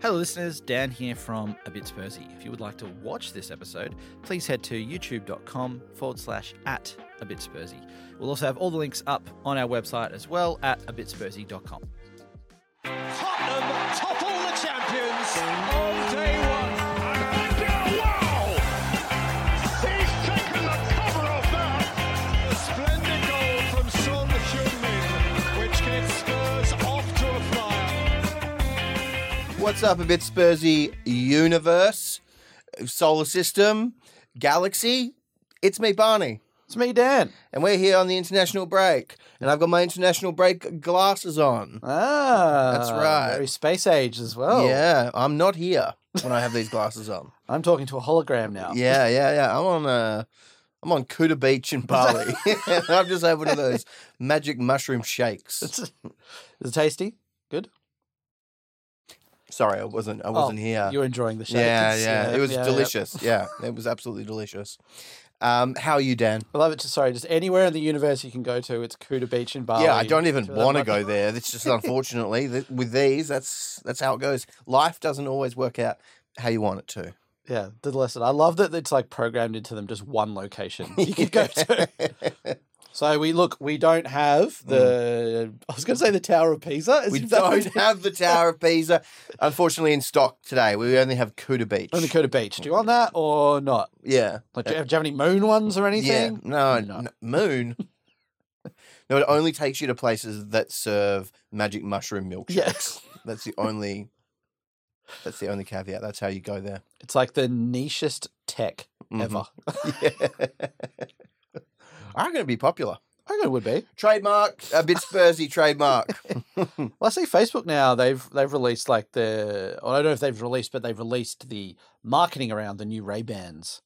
Hello, listeners. Dan here from A Bits Percy. If you would like to watch this episode, please head to youtube.com forward slash at A Bits Percy. We'll also have all the links up on our website as well at abitspercy.com. Tottenham topple the champions on day one. He's taken the cover off that. A splendid goal from Son Heung-min, which gets Spurs off to a flyer. What's up, a bit Spursy universe, solar system, galaxy? It's me, Barney, It's me, Dan. and we're here on the international break. And I've got my international break glasses on. Ah, That's right. Very space age as well. Yeah, I'm not here when I have these glasses on. I'm talking to a hologram now. Yeah, yeah, yeah. I'm on uh, I'm on Kuta Beach in Bali. I've just had one of those magic mushroom shakes. Is it tasty? Good. Sorry, I wasn't. Oh, I wasn't here. You're enjoying the shake. Yeah, It's, yeah. uh, It was yeah, yeah. delicious. yeah, it was absolutely delicious. Um, how are you, Dan? I love it. Just, sorry, just anywhere in the universe you can go to, it's Kuta Beach in Bali. Yeah, I don't even So that want to might be- go there. That's just unfortunately that with these, that's that's how it goes. Life doesn't always work out how you want it to. Yeah, the lesson. I love that it's like programmed into them just one location you could go to. So we look, we don't have the. I was going to say the Tower of Pisa. Is Hmm. we that what don't have the Tower of Pisa, unfortunately, in stock today. We only have Kuta Beach. Only Kuta Beach. Do you want that or not? yeah, Like, do, you have, do you have any moon ones or Uh, yeah. anything? No, No. n- moon. no, it only takes you to places that serve magic mushroom milkshakes. Yes. That's the only. That's the only caveat. That's how you go there. It's like the nichest tech Mm-hmm. ever. Mhm. Yeah. I reckon it'd be popular. I reckon it would be. Trademark, a bit Spursy trademark. Well, I see Facebook now. They've they've released like the. I don't know if they've released, but they've released the marketing around the new Ray Bans,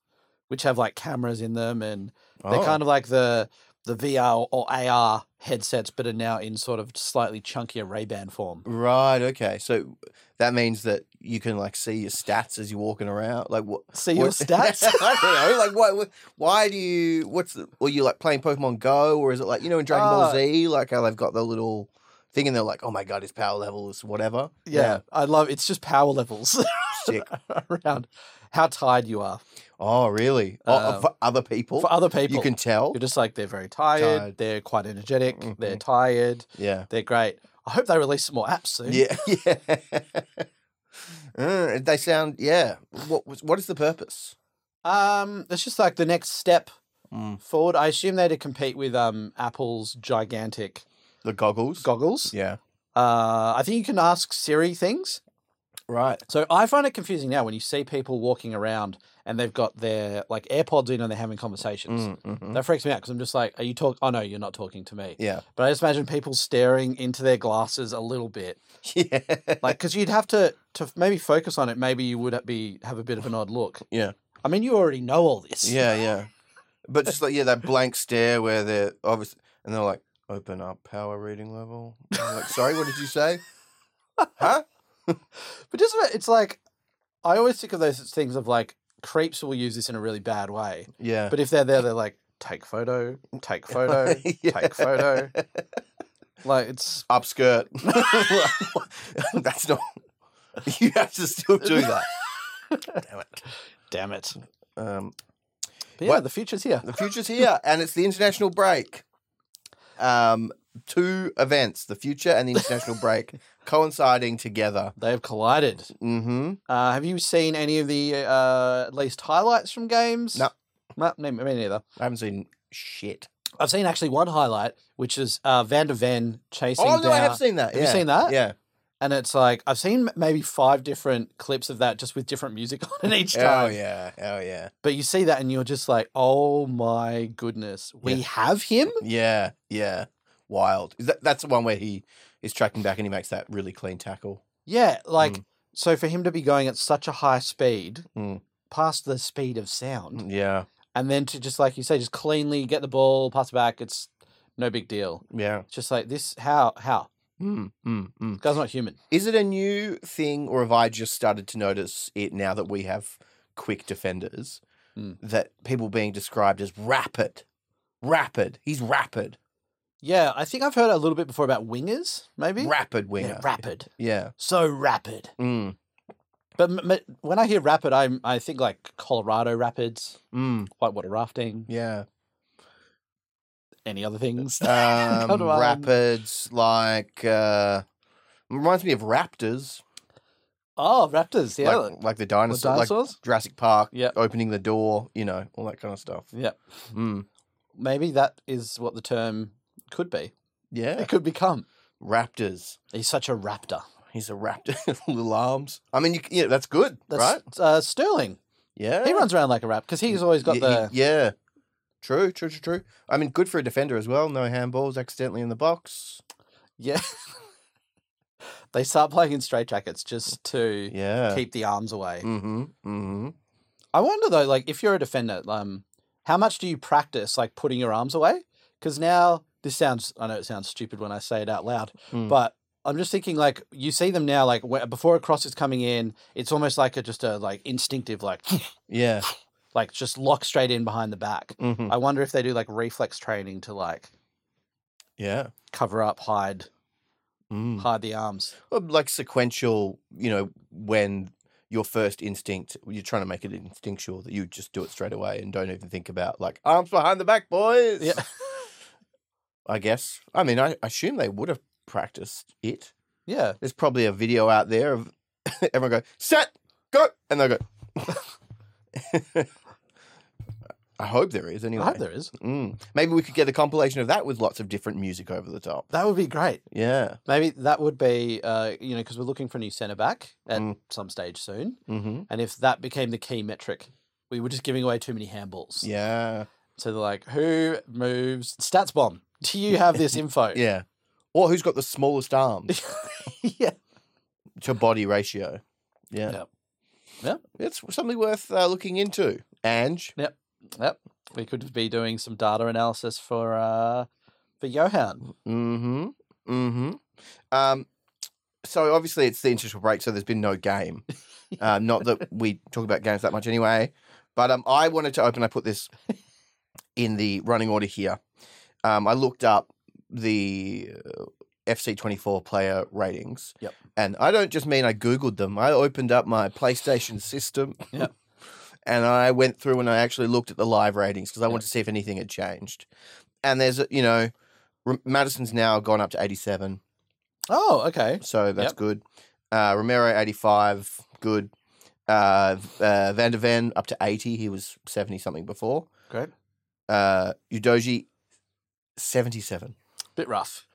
which have like cameras in them, and they're Oh. kind of like the the VR or AR headsets, but are now in sort of slightly chunkier Ray Ban form. Right, okay. So that means that you can like see your stats as you're walking around. Like what See your what- stats? I don't know. Like why why- why do you what's the were you like playing Pokemon Go or is it like you know in Dragon Ah. Ball Z, like how they've got the little thing and they're like, Oh my god, his power level is whatever. Yeah, I love it's just power levels Sick. around how tired you are Oh really? Oh, Um, for other people. for other people. You can tell. You're just like they're very tired. Tired. They're quite energetic. They're Mhm. tired. Yeah. They're great. I hope they release some more apps soon. Yeah. Yeah. Uh, they sound yeah. What was what is the purpose? Um, it's just like the next step Mm. forward. I assume they had to compete with um Apple's gigantic The goggles. goggles. Yeah. Uh, I think you can ask Siri things. Right. So I find it confusing now when you see people walking around and they've got their like AirPods in and they're having conversations. Mm, That freaks me out because I'm just like, are you talk? Oh no, you're not talking to me. Mm-hmm. hmm. Yeah. But I just imagine people staring into their glasses a little bit, Yeah. Eh like because you'd have to to maybe focus on it. Maybe you would be have a bit of an odd look. Yeah. I mean, you already know all this. Yeah. Yeah. But just like yeah, that blank stare where they're obviously and they're like, open up power reading level. I'm like, sorry, what did you say? Huh? But just about- it's like I always think of those things of like creeps will use this in a really bad way. Yeah. But if they're there, they're like take photo, take photo, Yeah. take photo. Like it's Upskirt. That's not. You have to still do that. Damn it. damn it. Um, But yeah, What- the future's here. the future's here, and it's the international break. Um, two events: the future and the international break coinciding together. They have collided. Mm-hmm. Uh, have you seen any of the uh, at least highlights from games? No. No, me, me neither. I haven't seen shit. I've seen actually one highlight, which is uh, Van der Ven chasing oh no, I down- have seen that. Have you yeah. seen that? Yeah. And it's like I've seen m- maybe five different clips of that, just with different music on it each time. Oh yeah. Oh yeah. But you see that and you're just like, oh my goodness, we have him? Yeah. Yeah. Wild. Is that, that's the one where he is tracking back and he makes that really clean tackle. Yeah, like, Mm. so for him to be going at such a high speed, Mm. past the speed of sound, Yeah. and then to just, like you say, just cleanly get the ball, pass it back, it's no big deal. Yeah. It's just like this, how, how? Mm, mm, mm. Guy's not human. Is it a new thing, or have I just started to notice it now that we have quick defenders? Mm. That people being described as rapid, rapid. He's rapid, Yeah, I think I've heard a little bit before about wingers, maybe? rapid Yeah, winger. rapid. Yeah. So rapid. Mm. But m- m- when I hear rapid, I I think like Colorado Rapids, Mm, whitewater rafting, yeah. any other things. Um, to mind. rapids, like, uh, reminds me of raptors. Oh, raptors, yeah, Like, like the the dinosaur. Like dinosaurs. Jurassic Park, Yep. opening the door, you know, all that kind of stuff. yeah, Mm. maybe that is what the term could be. Yeah. It could become. Raptors. He's such a raptor. He's a raptor, little arms. I mean, you, c- yeah, that's good, That's right? uh, Sterling. Yeah. He runs around like a raptor because he's always got Y- the y- yeah. True, true, true, true. I mean, good for a defender as well. No handballs accidentally in the box. yeah. they start playing in straight jackets just to Yeah. keep the arms away. Mm-hmm. Mm-hmm. I wonder though, like if you're a defender, um, how much do you practice like putting your arms away? Because now this sounds, I know it sounds stupid when I say it out loud, Mm. but I'm just thinking like you see them now, like where, before a cross is coming in, it's almost like a just a like instinctive, like Yeah. like just lock straight in behind the back. Mm-hmm. I wonder if they do like reflex training to like Yeah. cover up, hide, Mm. hide the arms. Well, Like sequential, you know, when your first instinct, you're trying to make it instinctual that you just do it straight away and don't even think about like arms behind the back, boys. Yeah. I guess. I mean, I assume they would have practiced it. Yeah. There's probably a video out there of everyone go, set, go, and they'll go. I hope there is anyway. I hope there is. Mm. Maybe we could get a compilation of that with lots of different music over the top. That would be great. Yeah. Maybe that would be, uh, you know, because we're looking for a new centre back at Mm. some stage soon. Mm-hmm. And if that became the key metric, we were just giving away too many handballs. Yeah. So they're like, who moves? Stats bomb. Do you have this info? Yeah. Or who's got the smallest arms yeah. to body ratio? Yeah. Yep. Yep. It's something worth uh, looking into. Ange. Yep. We could be doing some data analysis for uh for Johan. Mm-hmm. Mm-hmm. Um, so obviously it's the international break, so there's been no game. um, not that we talk about games that much anyway. But um, I wanted to open. I put this in the running order here. Um, I looked up the uh, FC24 player ratings. Yep. And I don't just mean I googled them. I opened up my PlayStation system. Yep. And I went through and I actually looked at the live ratings because I wanted to see if anything had changed. And there's, a- you know, R- Madison's now gone up to 87, Oh, okay. so that's Yep. good. Uh, Romero 85, good. Uh, uh, Van de Ven up to 80. He was 70 something before. Great. Uh, Udoji 77. Bit rough.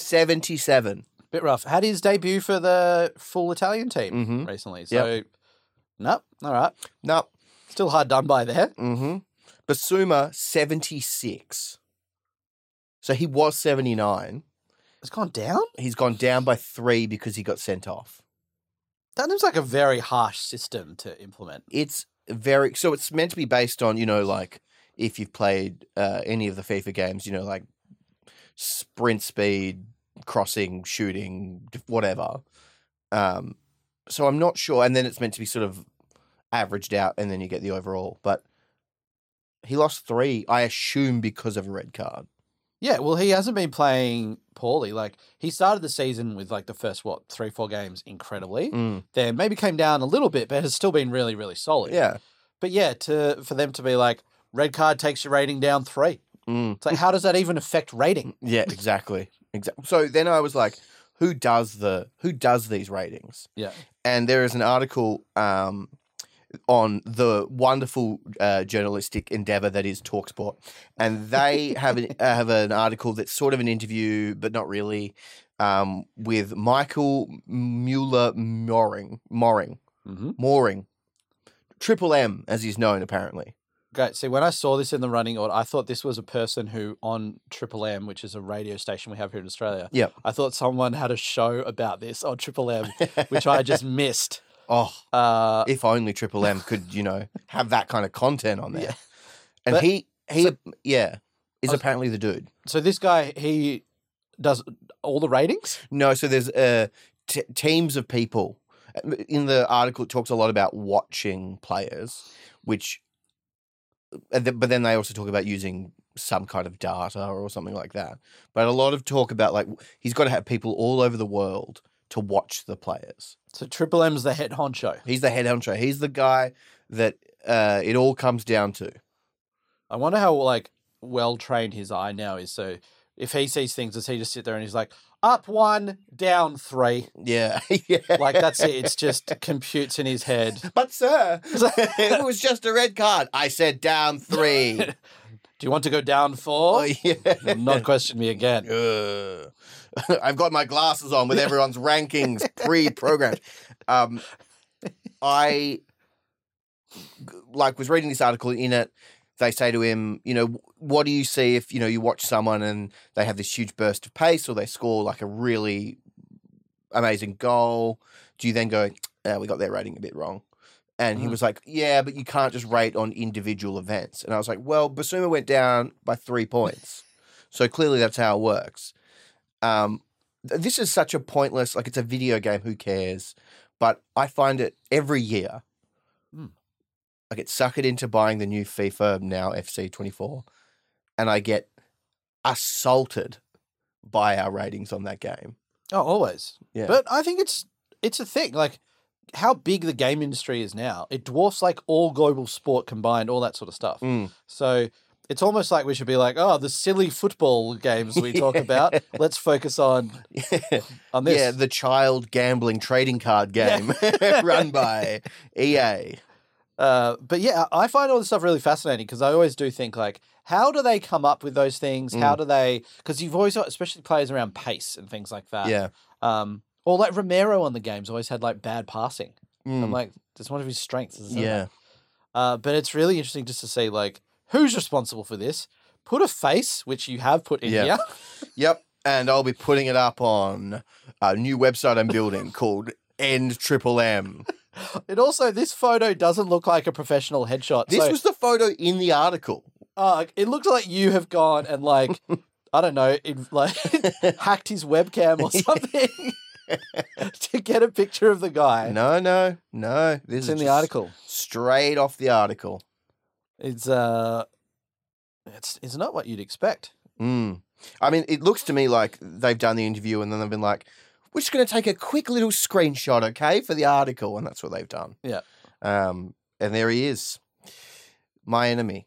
77. Bit rough. Had his debut for the full Italian team Mhm. recently. Yep. So nope. All right. No. Still hard done by there. Mm-hmm. Basuma 76. So he was 79. It's gone down? He's gone down by three because he got sent off. That seems like a very harsh system to implement. it's very so it's meant to be based on you know like if you've played uh, any of the FIFA games, you know like sprint speed, crossing, shooting, whatever. Um, so I'm not sure, and then it's meant to be sort of averaged out, and then you get the overall. But he lost three, I assume, because of a red card. Yeah, well, he hasn't been playing poorly. Like he started the season with like the first what three four games incredibly. Mm. Then maybe came down a little bit, but has still been really really solid. Yeah. But yeah, to for them to be like red card takes your rating down three. Mm. It's like how does that even affect rating? Yeah, exactly. Exactly. So then I was like, who does the who does these ratings? Yeah. And there is an article um, on the wonderful uh, journalistic endeavor that is Talksport, and they have an, uh, have an article that's sort of an interview, but not really, um, with Michael Mueller Moring Moring Mm-hmm. Moring, Triple M as he's known apparently. Great. See, when I saw this in the running order, I thought this was a person who on Triple M, which is a radio station we have here in Australia. Yep. I thought someone had a show about this on Triple M, which I just missed. Oh, Uh, if only Triple M could, you know, have that kind of content on there. Yeah. And But- he, he, so- yeah, is I was- apparently the dude. so this guy, he does all the ratings. No, so there's uh, t- teams of people. uh, In the article, it talks a lot about watching players, which, uh, and th- but then they also talk about using some kind of data or something like that. But a lot of talk about like he's got to have people all over the world to watch the players. So Triple M's the head honcho. He's the head honcho. He's the guy that uh, it all comes down to. I wonder how like well trained his eye now is. So if he sees things, does he just sit there and he's like, up one, down three? Yeah, yeah. Like that's it. It's just computes in his head. But sir, it was just a red card. I said down three. Do you want to go down oh four? yeah. Not question me again. Ugh. I've got my glasses on with everyone's rankings pre-programmed. Um, I g- like was reading this article in it. They say to him, you know, what do you see if you know you watch someone and they have this huge burst of pace or they score like a really amazing goal? Do you then go, uh, we got their rating a bit wrong? And he Mm. was like, yeah, but you can't just rate on individual events. And I was like, well, Basuma went down by three points. So clearly that's how it works. Um, th- this is such a pointless, like it's a video game. Who cares? But I find it every year. Hmm. I get suckered into buying the new FIFA now FC 24, and I get assaulted by our ratings on that game. Oh, always. Yeah. But I think it's it's a thing. Like how big the game industry is now, it dwarfs like all global sport combined, all that sort of stuff. Mm. So it's almost like we should be like, oh, the silly football games we talk about. Let's focus on on this. yeah, the child gambling trading card Yeah. game run by E EA. Uh, but yeah, I find all this stuff really fascinating because I always do think like, how do they come up with those things? Mm. How do they? Because you've always got, especially players around pace and things like that. Yeah. Um, or like Romero on the games always had like bad passing. I'm Mm. like, that's one of his strengths. Isn't it? Yeah. Uh, but it's really interesting just to see like who's responsible for this. Put a face, which you have put in Yeah. here. Yep. And I'll be putting it up on a new website I'm building called End Triple M. And also, this photo doesn't look like a professional headshot. This so, was the photo in the article. uh, it looked like you have gone and like I don't know, in, like hacked his webcam or something to get a picture of the guy. No, no, no. This it's is in the just article. Straight off the article. It's uh, it's it's not what you'd expect. Mm. I mean, it looks to me like they've done the interview and then they've been like, we're just going to take a quick little screenshot, okay, for the article. And that's what they've done. Yeah. Um, and there he is, my enemy.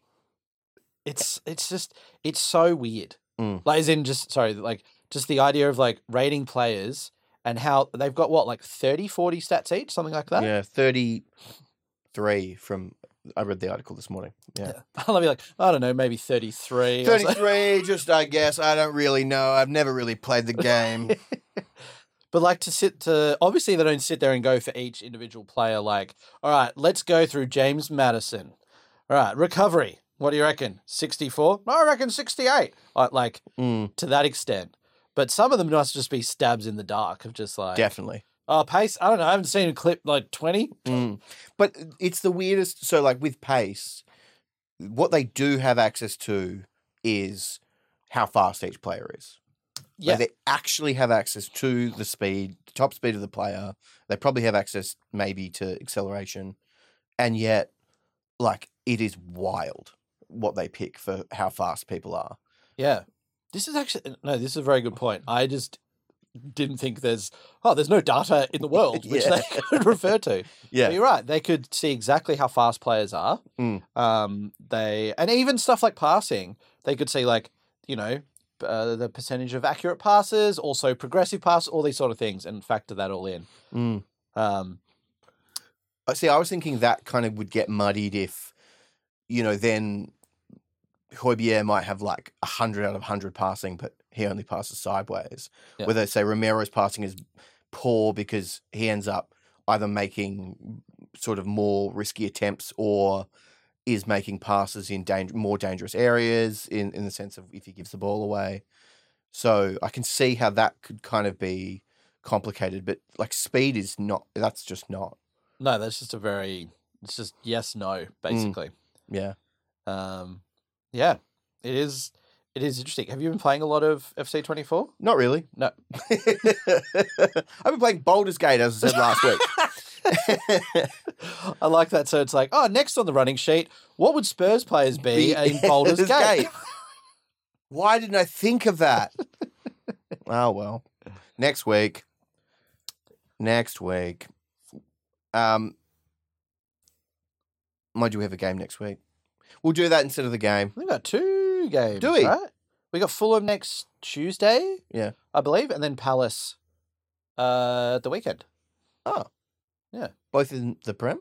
It's it's just it's so weird. Mm. Like as in just sorry, like just the idea of like rating players and how they've got what like 30 40 stats each something like that Yeah, 33 from, I read the article this morning. Yeah. i'll be like i don't know maybe 33 or something. 33, just I guess. I don't really know. I've never really played the game. But like to sit to obviously they don't sit there and go for each individual player. Like, all right, let's go through James Madison. All right, recovery. What do you reckon? Sixty-four? No, I reckon sixty-eight. Uh, Like Mm, to that extent. But some of them must just be stabs in the dark of just like, definitely. oh, pace. I don't know. I haven't seen a clip like twenty. Mm. But it's the weirdest. So, like with pace, what they do have access to is how fast each player is. Yeah, Like they actually have access to the speed, the top speed of the player. They probably have access maybe to acceleration. And yet, like, it is wild what they pick for how fast people are. yeah. This is actually no. This is a very good point. I just didn't think there's oh, there's no data in the world which Yeah. they could refer to. But Yeah. You're right. They could see exactly how fast players are. Mm. Um, they and even stuff like passing, they could see like you know uh, the percentage of accurate passes, also progressive pass, all these sort of things, and factor that all in. Mm. Um, I see. I was thinking that kind of would get muddied if, you know, then Hoybier might have like hundred out of hundred passing, but he only passes sideways. Yeah. Whether say Romero's passing is poor because he ends up either making sort of more risky attempts or is making passes in dang- more dangerous areas in, in the sense of if he gives the ball away. So I can see how that could kind of be complicated, but like speed is not, that's just not. no, that's just a very it's just yes Mm. no basically. Yeah. Um, yeah, it is. It is interesting. Have you been playing a lot of FC twenty four? Not really. No. I've been playing Baldur's Gate as I said last week. I like that. So it's like, oh, next on the running sheet, what would Spurs players be The- in Baldur's this Gate? Why didn't I think of that? oh well. Next week. next week. Um, mind you, we have a game next week. We'll do that instead of the game. We got two games. Do we? Right? We got Fulham next Tuesday. Yeah. I believe, and then Palace, uh, the weekend. Both in the prem.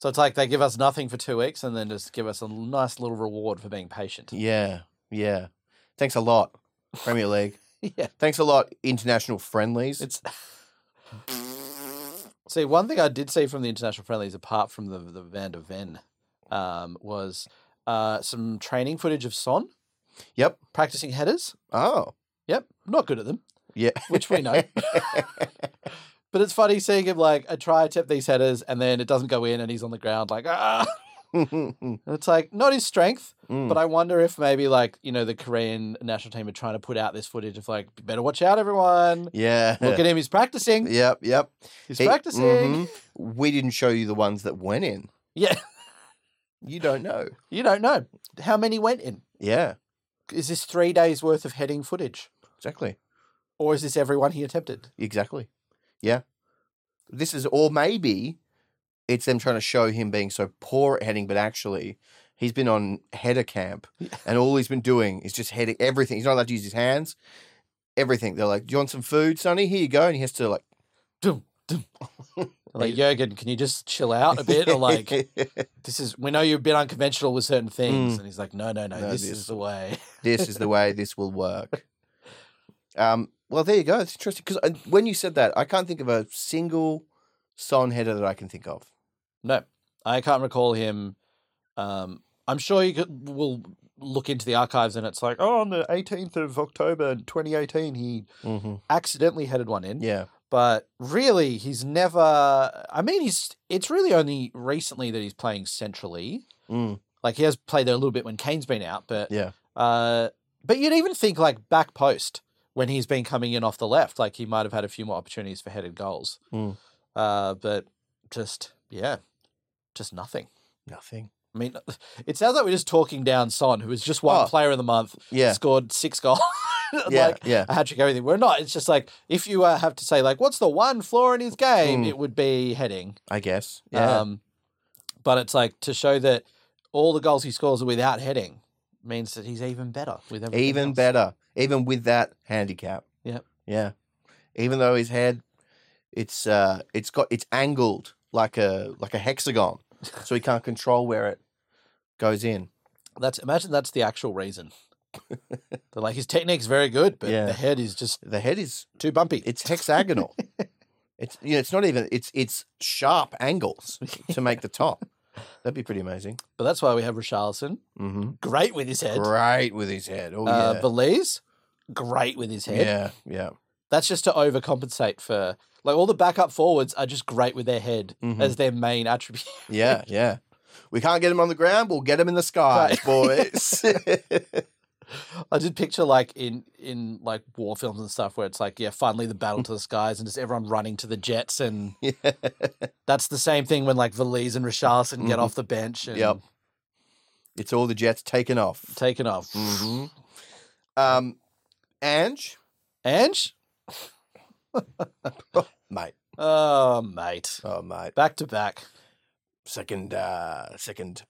So it's like they give us nothing for two weeks, and then just give us a nice little reward for being patient. Yeah, yeah. Thanks a lot, Premier League. yeah. Thanks a lot, international friendlies. It's see one thing I did see from the international friendlies, apart from the the Van de Ven, um, was uh, some training footage of Son yep. practicing headers. Oh, Yep, not good at them, yeah. which we know. but it's funny seeing him like I try attempt these headers, and then it doesn't go in, and he's on the ground like ah. Mm, It's like not his strength, Hmm. but I wonder if maybe like you know the Korean national team are trying to put out this footage of like better watch out, everyone. yeah. Look at him, he's practicing. Yep, yep. He's He- practicing. mhm. We didn't show you the ones that went in. Yeah. You don't know. You don't know how many went in. Yeah, Is this three days worth of heading footage, exactly. or is this everyone he attempted? Exactly. Yeah. This is, or maybe it's them trying to show him being so poor at heading, but actually he's been on header camp and all he's been doing is just heading everything. He's not allowed to use his hands, everything. They're like, Do you want some food, Sonny? Here you go. And he has to, like, Dum, dum. Like Jurgen, can you just chill out a bit? Or like, this is we know you're a bit unconventional with certain things, and he's like, no, no, no, No, this, this- is the way. this is the way this will work. Um, well, there you go. It's interesting because when you said that, I can't think of a single Son header that I can think of. No, I can't recall him. Um, I'm sure you could, will look into the archives and it's like, oh, on the 18th of October 2018, he Mm-hmm. accidentally headed one in. Yeah. But really, he's never. I mean, he's. It's really only recently that he's playing centrally. Mm. Like he has played there a little bit when Kane's been out, but Yeah. uh, but you'd even think like back post when he's been coming in off the left, like he might have had a few more opportunities for headed goals. Mm. Uh, but just yeah, just nothing. Nothing. I mean, it sounds like we're just talking down Son, who is just one Oh. player of the month, Yeah. scored six goals. Yeah. like, yeah. a hat trick, everything. We're not. It's just like if you uh, have to say like, what's the one flaw in his game? Mm. It would be heading. I guess. Yeah. Um, but it's like to show that all the goals he scores are without heading means that he's even better with everything even else. better, even with that handicap. Yep. Yeah. Even though his head, it's uh, it's got it's angled like a like a hexagon, so he can't control where it goes in. That's imagine that's the actual reason. They're like his technique's very good, but Yeah. the head is just The head is too bumpy. it's hexagonal. it's you know it's not even it's it's sharp angles to make the top. That'd be pretty amazing. but that's why we have Richarlison, Mm-hmm. great with his head. Great with his head. Oh Uh, yeah. Belize, great with his head. yeah, yeah, That's just to overcompensate for like all the backup forwards are just great with their head Mhm. as their main attribute. yeah, yeah. We can't get him on the ground, but we'll get him in the skies, boys. I did picture like in in like war films and stuff where it's like yeah, finally the battle to the skies and just everyone running to the jets and yeah. that's the same thing when like Valise and Richarlison get off the bench and Mm-hmm. Yep. It's all the jets taken off. taken off. Mhm. Um, Ange, Ange, mate. oh mate, Oh, mate. back to back. Second, uh, second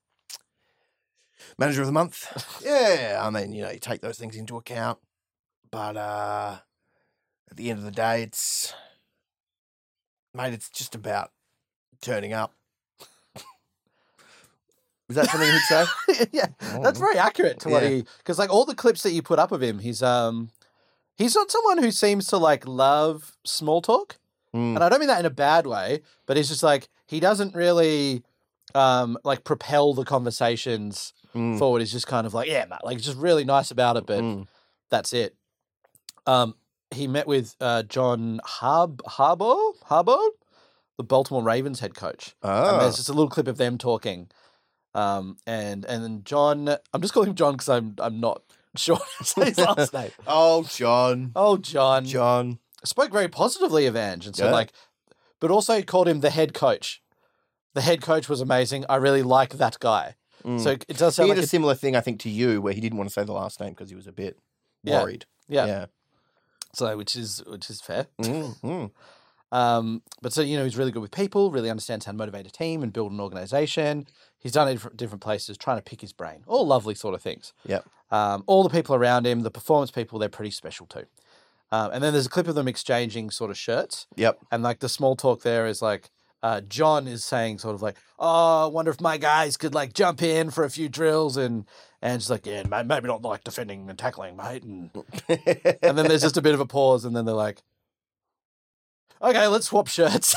manager of the month. yeah, I mean, you know, you take those things into account, but uh, at the end of the day, it's mate. It's just about turning up. Is that something he'd say? Oh. yeah, that's very accurate to what Yeah. he because like all the clips that you put up of him, he's um he's not someone who seems to like love small talk, Mm. and I don't mean that in a bad way, but he's just like he doesn't really um like propel the conversations Mm. forward. He's just kind of like yeah, Matt, like just really nice about it, but Mm. that's it. Um, he met with uh, John Harb Harbour Harbour, the Baltimore Ravens head coach. And Oh, there's just a little clip of them talking. Um, and and then John, I'm just calling him John because I'm I'm not sure how to say his last name. oh, John, Oh, John. John. spoke very positively of Ange and said Yeah. like, but also called him the head coach. The head coach was amazing. I really like that guy. So it it does Mm. he sound had like a it- similar thing, I think, to you, where he didn't want to say the last name because he was a bit Yeah. worried. yeah. So which is which is fair. Mm, mm. Um, but so you know, he's really good with people. Really understands how to motivate a team and build an organization. He's done it at different places, trying to pick his brain. All lovely sort of things. Yep. Um, all the people around him, the performance people, they're pretty special too. Um, and then there's a clip of them exchanging sort of shirts, Yep. and like the small talk there is like. Uh, John is saying sort of like, "Oh, I wonder if my guys could like jump in for a few drills," and and she's like, "Yeah, ma- maybe not like defending and tackling, mate." And and then there's just a bit of a pause, and then they're like, "Okay, let's swap shirts."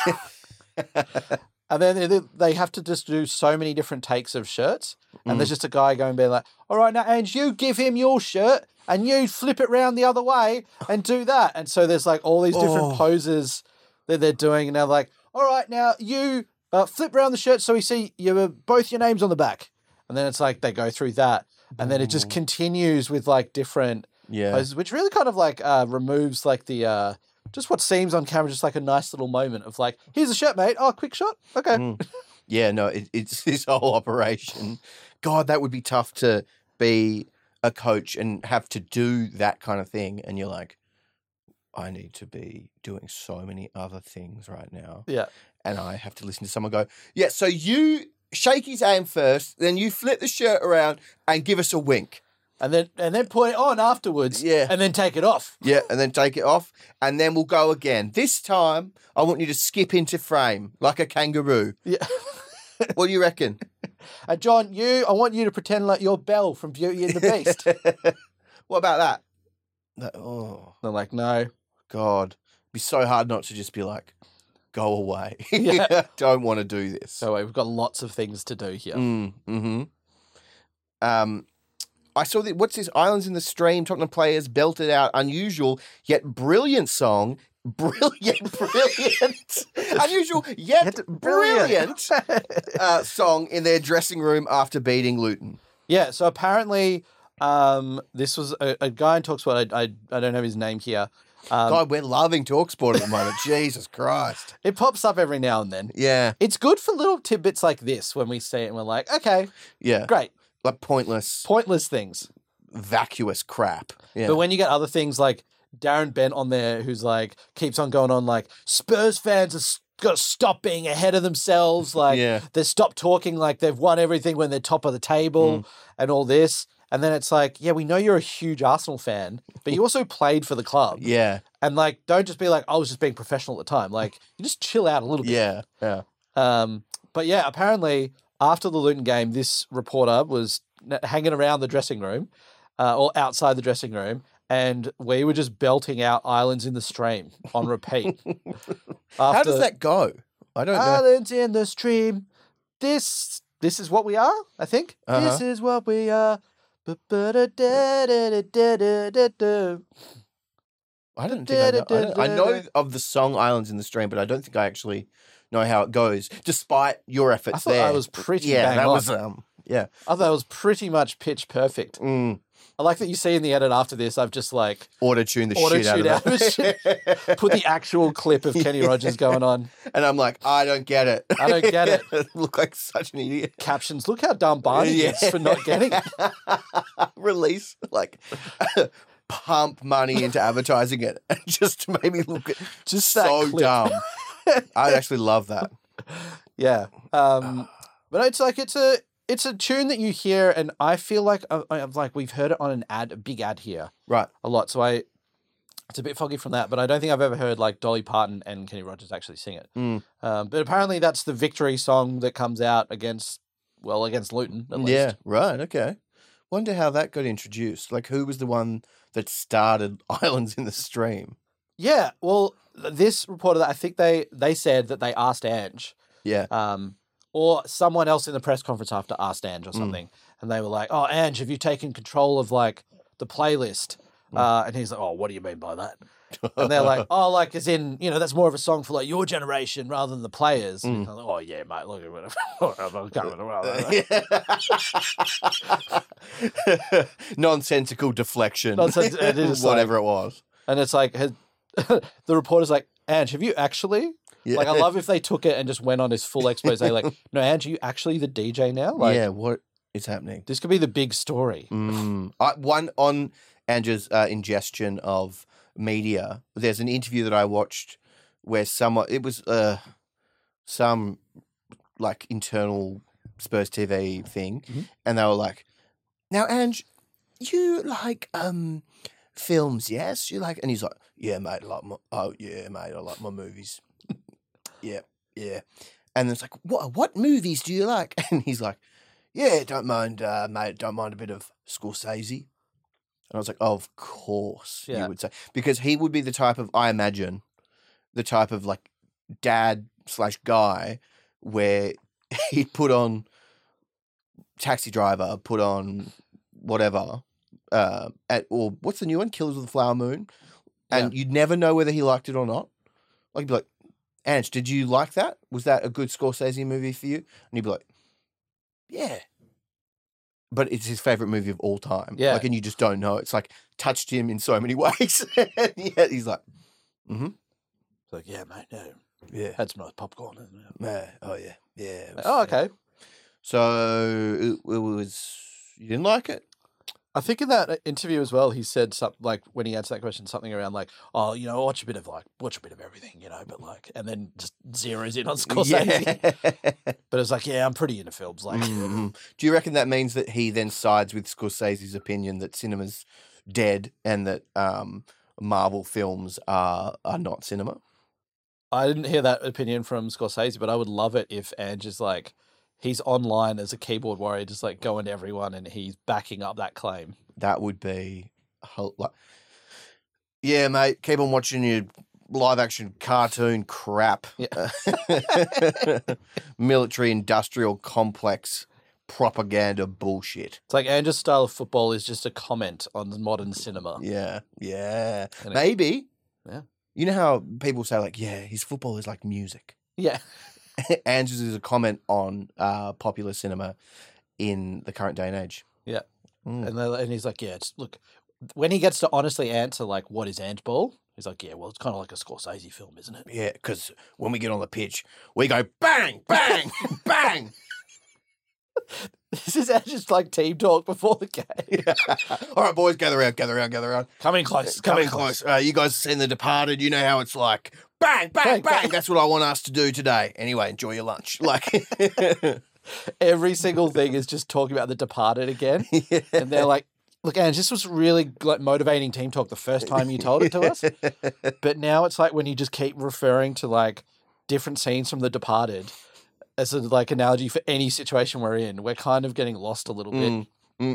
and then they- they- they have to just do so many different takes of shirts, and there's just a guy going, "Be like, all right, now, and you give him your shirt, and you flip it round the other way, and do that." And so there's like all these different Oh. poses that they're doing, and they're like, "All right, now you uh, flip round the shirt so we see you uh, both your names on the back," and then it's like they go through that. And then it just continues with like different yeah. poses, which really kind of like uh, removes like the uh, just what seems on camera just like a nice little moment of like, here's a shot, mate. Oh, quick shot. Okay. Mm. Yeah, no, it, it's this whole operation. God, that would be tough to be a coach and have to do that kind of thing. And you're like, I need to be doing so many other things right now. Yeah. And I have to listen to someone go, Yeah, so you shake his hand first, then you flip the shirt around and give us a wink. And then and then put it on afterwards. Yeah. And then take it off. Yeah, and then take it off, and then we'll go again. This time, I want you to skip into frame like a kangaroo. Yeah. What do you reckon? and John, you, I want you to pretend like you're Belle from Beauty and the Beast. What about that? That- oh. They're like, no. God, it'd be so hard not to just be like, go away. Yeah. Don't want to do this. So we've got lots of things to do here. Mm, hmm Um, I saw that. What's this? Islands in the Stream. Tottenham players belted out unusual yet brilliant song. Brilliant, brilliant, unusual yet brilliant uh, song in their dressing room after beating Luton. Yeah, so apparently um, this was a, a guy in Talksport, I, I, I don't have his name here. Um, God, we're loving Talksport at the moment. Jesus Christ. It pops up every now and then. Yeah, It's good for little tidbits like this when we see it and we're like, okay, yeah. great, Like pointless, pointless things. vacuous crap. Yeah. But when you get other things like Darren Bent on there, who's like keeps on going on like Spurs fans are s- gotta stop being ahead of themselves, like Yeah. they stop talking like they've won everything when they're top of the table Mm. and all this. And then it's like, yeah, we know you're a huge Arsenal fan, but you also played for the club. yeah. And like, don't just be like, I was just being professional at the time. Like, you just chill out a little bit. Yeah, yeah. Um, but yeah, apparently after the Luton game, this reporter was n- hanging around the dressing room uh, or outside the dressing room, and we were just belting out "Islands in the Stream" on repeat. How After Ah, does that go? I don't know. "Islands in the Stream"? This this is what we are. I think this Uh-huh. is what we are. Ba-ba-da-da-da-da-da-da-da. I don't think I know. I, don't- I know of the song "Islands in the Stream," but I don't think I actually know how it goes. Despite your efforts, I thought there. I was pretty yeah, bang that on. was um, yeah. I thought it was pretty much pitch perfect. Mm. I like that you see in the edit after this. I've just like Auto tune the auto shit out tune of out that. of it. Put the actual clip of Kenny Rogers going on. and I'm like, I don't get it. I don't get it. Look like such an idiot. Captions. Look how dumb Barney is for not getting it. Release like pump money into advertising it, and just to make me look at, Just that so clip. dumb. I'd actually love that. Yeah. Um, Ah. but it's like it's a it's a tune that you hear, and I feel like uh, I, I'm like we've heard it on an ad, a big ad here Right. a lot. So I it's a bit foggy from that, but I don't think I've ever heard like Dolly Parton and Kenny Rogers actually sing it. Mm. Um, but apparently that's the victory song that comes out against well against Luton. At least. Yeah, right. Okay. Wonder how that got introduced. Like, who was the one that started Islands in the Stream? Yeah, well, th- this reporter, I think they they said that they asked Ange, Yeah. um, or someone else in the press conference after asked Ange or Hmm. something, and they were like, "Oh, Ange, have you taken control of like the playlist?" Hmm. Uh, and he's like, "Oh, what do you mean by that?" And they're like, "Oh, like as in, you know, that's more of a song for like your generation rather than the players." Hmm. And he's like, oh yeah, mate, look at whatever. Nonsensical deflection. Nonsense- it is like- Whatever it was. and it's like has- the reporter's like, "Ange, have you actually?" Yeah. Like I love if they took it and just went on his full expose. Like, no, Ange, are you actually the DJ now? Like, yeah, Hmm. what is happening? this could be the big story. Mm. I, one on Andrew's uh, ingestion of media. There's an interview that I watched where someone it was uh some like internal Spurs TV thing, Mhm. and they were like, "Now, Ange, you like um films, yes? You like?" And he's like, "Yeah, mate, I like my oh yeah, mate, I like my movies. yeah, yeah." And it's like, "What what movies do you like?" And he's like, "Yeah, don't mind, uh, mate, don't mind a bit of Scorsese." And I was like, "Oh, "Of course Yeah. you would say because he would be the type of I imagine the type of like dad slash guy where he'd put on Taxi Driver, put on whatever, uh, at, or what's the new one, Killers of the Flower Moon, and you'd never know whether he liked it or not. Like you'd be like, Ange, did you like that? Was that a good Scorsese movie for you? And he'd be like, Yeah. But it's his favorite movie of all time. Yeah. Like, and you just don't know. It's like touched him in so many ways. and yeah, he's like, like, yeah, mate, no, Yeah. had some nice popcorn. isn't it?" man, oh yeah, yeah. it was- Oh, okay. So it, it was you didn't like it? I think in that uh, interview as well, he said something like when he answered that question, something around like, "Oh, you know, I watch a bit of like, watch a bit of everything, you know," but Mm. like, and then just zeroes in on Scorsese. Yeah. But it's like, yeah, I'm pretty into films. Like, Mm. Do you reckon that means that he then sides with Scorsese's opinion that cinema's dead and that um, Marvel films are are not cinema? I didn't hear that opinion from Scorsese, but I would love it if Ange is like, he's online as a keyboard warrior, just like going to everyone, and he's backing up that claim. That would be hel- like, yeah, mate. Keep on watching your live action cartoon crap. Military industrial complex propaganda bullshit. It's like Ange's style of football is just a comment on the modern cinema. Yeah, yeah. And it- Maybe. Yeah. You know how people say like, yeah, his football is like music. Yeah, Andrews is a comment on uh, popular cinema in the current day and age. Yeah. Mm. and they're- and he's like, yeah, just look. When he gets to honestly answer like, what is Ange Ball? He's like, yeah, well, it's kind of like a Scorsese film, isn't it? Yeah, because when we get on the pitch, we go bang, bang, bang. This is Ange's like team talk before the game. All right, boys, gather around, gather around, gather around. Coming close, Coming close. Uh, you guys seen The Departed? You know how it's like. Bang, bang, bang, Bang, bang. That's what I want us to do today. Anyway, enjoy your lunch. Like, Every single thing is just talking about The Departed again. and they're like, "Look, Ange, this was really like motivating team talk the first time you told it to us, but now it's like when you just keep referring to like different scenes from The Departed as a like analogy for any situation we're in. We're kind of getting lost a little bit. Mm,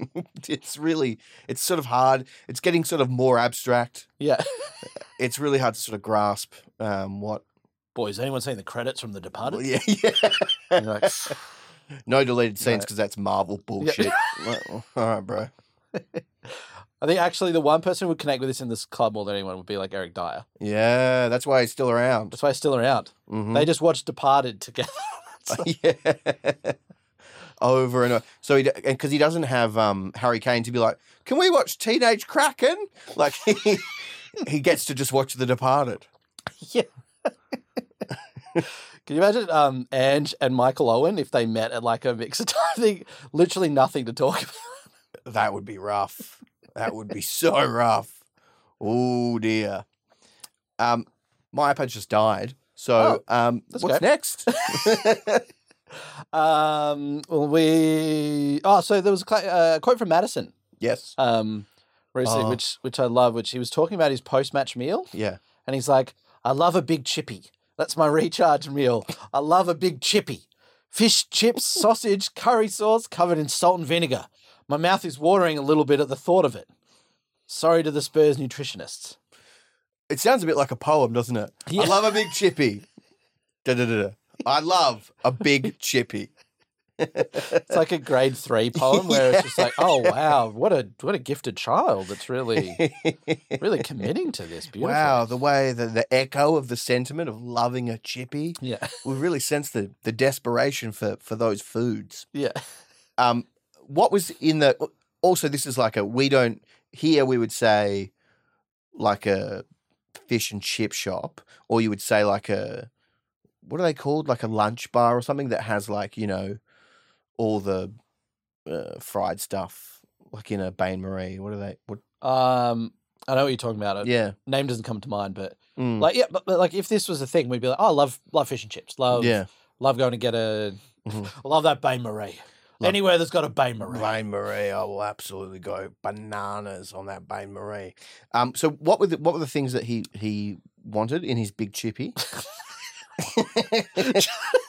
mm. It's really, it's sort of hard. It's getting sort of more abstract. Yeah, It's really hard to sort of grasp um, what. boys, anyone seen the credits from The Departed? Yeah, yeah. And you're like, No deleted scenes No. because that's Marvel bullshit. Well, All right, bro. I think actually the one person who would connect with this in this club more than anyone would be like Eric Dyer. Yeah, that's why he's still around. That's why he's still around. Mhm. They just watched Departed together. It's like- yeah. Over and over. So he because he doesn't have um, Harry Kane to be like, can we watch Teenage Kraken? Like he he gets to just watch The Departed. Yeah. Can you imagine um, Ange and Michael Owen if they met at like a mixer time? They literally nothing to talk about. That would be rough. That would be so rough. Oh dear. Um, my iPad just died. So um, that's what's okay. next? Um, well, we oh, so there was a cla- uh, quote from Madison yes. um, recently, Oh. which which I love. Which he was talking about his post match meal, Yeah. and he's like, "I love a big chippy. That's my recharge meal. I love a big chippy. Fish, chips, sausage, curry sauce covered in salt and vinegar. My mouth is watering a little bit at the thought of it. Sorry to the Spurs nutritionists." It sounds a bit like a poem, doesn't it? Yeah. I love a big chippy. Da da da da. I love a big chippy. It's like a grade three poem where it's just like, oh wow, what a what a gifted child that's really really committing to this. Beautiful. Wow, the way the, the echo of the sentiment of loving a chippy. Yeah. We really sense the, the desperation for, for those foods. Yeah. Um, what was in the? Also, this is like a we don't here. We would say like a fish and chip shop, or you would say like a what are they called? Like a lunch bar or something that has like you know all the uh, fried stuff, like in a bain marie. What are they? What Um I know what you're talking about. It Yeah. name doesn't come to mind, but Mm. like yeah, but, but like if this was a thing, we'd be like, oh, I love love fish and chips, love yeah. love going to get a, Mhm. I love that bain marie. Love- Anywhere that's got a bain marie. Bain Marie, I will absolutely go bananas on that Bain Marie. Um, so what were the, what were the things that he he wanted in his big chippy?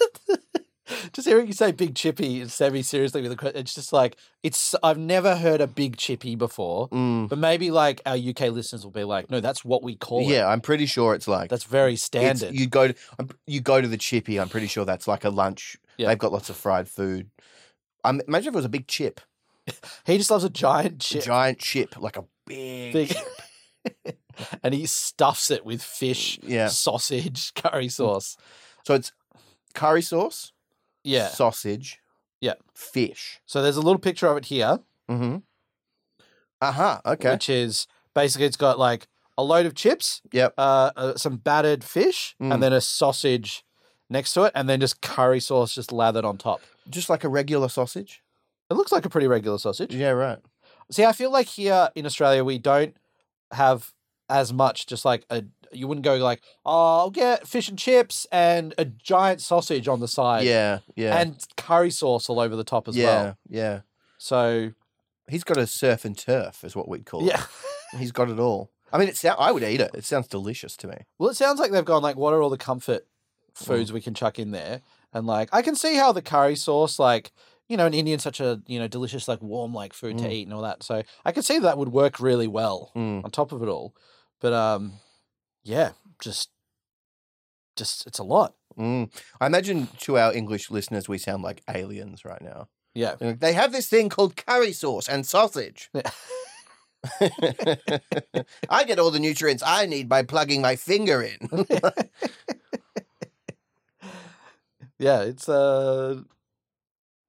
just hearing you say big chippy is semi seriously with a que- it's just like it's I've never heard a big chippy before, Mm, but maybe like our UK listeners will be like, no, that's what we call it. yeah, I'm pretty sure it's like that's very it's- standard. you go to I'm- you go to the chippy. I'm pretty sure that's like a lunch. Yeah. They've got lots of fried food. Um, imagine if it was a big chip, he just loves a giant a chip, giant chip, like a big. thing. and he stuffs it with fish, Yeah. sausage, curry sauce. So it's curry sauce, Yeah. sausage, Yeah. fish. So there's a little picture of it here, Mm-hmm. Aha. Okay. which is basically it's got like a load of chips, Yep. uh, uh, some battered fish, Mm. and then a sausage next to it, and then just curry sauce just lathered on top. Just like a regular sausage. It looks like a pretty regular sausage. Yeah. Right. See, I feel like here in Australia we don't have as much just like a you wouldn't go like, oh, I'll get fish and chips and a giant sausage on the side. yeah. Yeah. And curry sauce all over the top as yeah. well. Yeah. So He's got a surf and turf, is what we'd call yeah. it. He's got it all. I mean, it sound, I would eat it. It sounds delicious to me. Well, it sounds like they've gone like, what are all the comfort Mm. foods we can chuck in there? And like, I can see how the curry sauce, like, you know, in Indian, such a you know delicious, like warm, like food to Mm. eat and all that. So I can see that would work really well Mm. on top of it all. But um, yeah, just, just it's a lot. Mm. I imagine to our English listeners, we sound like aliens right now. Yeah. They're like, They have this thing called curry sauce and sausage. I get all the nutrients I need by plugging my finger in. Yeah, it's uh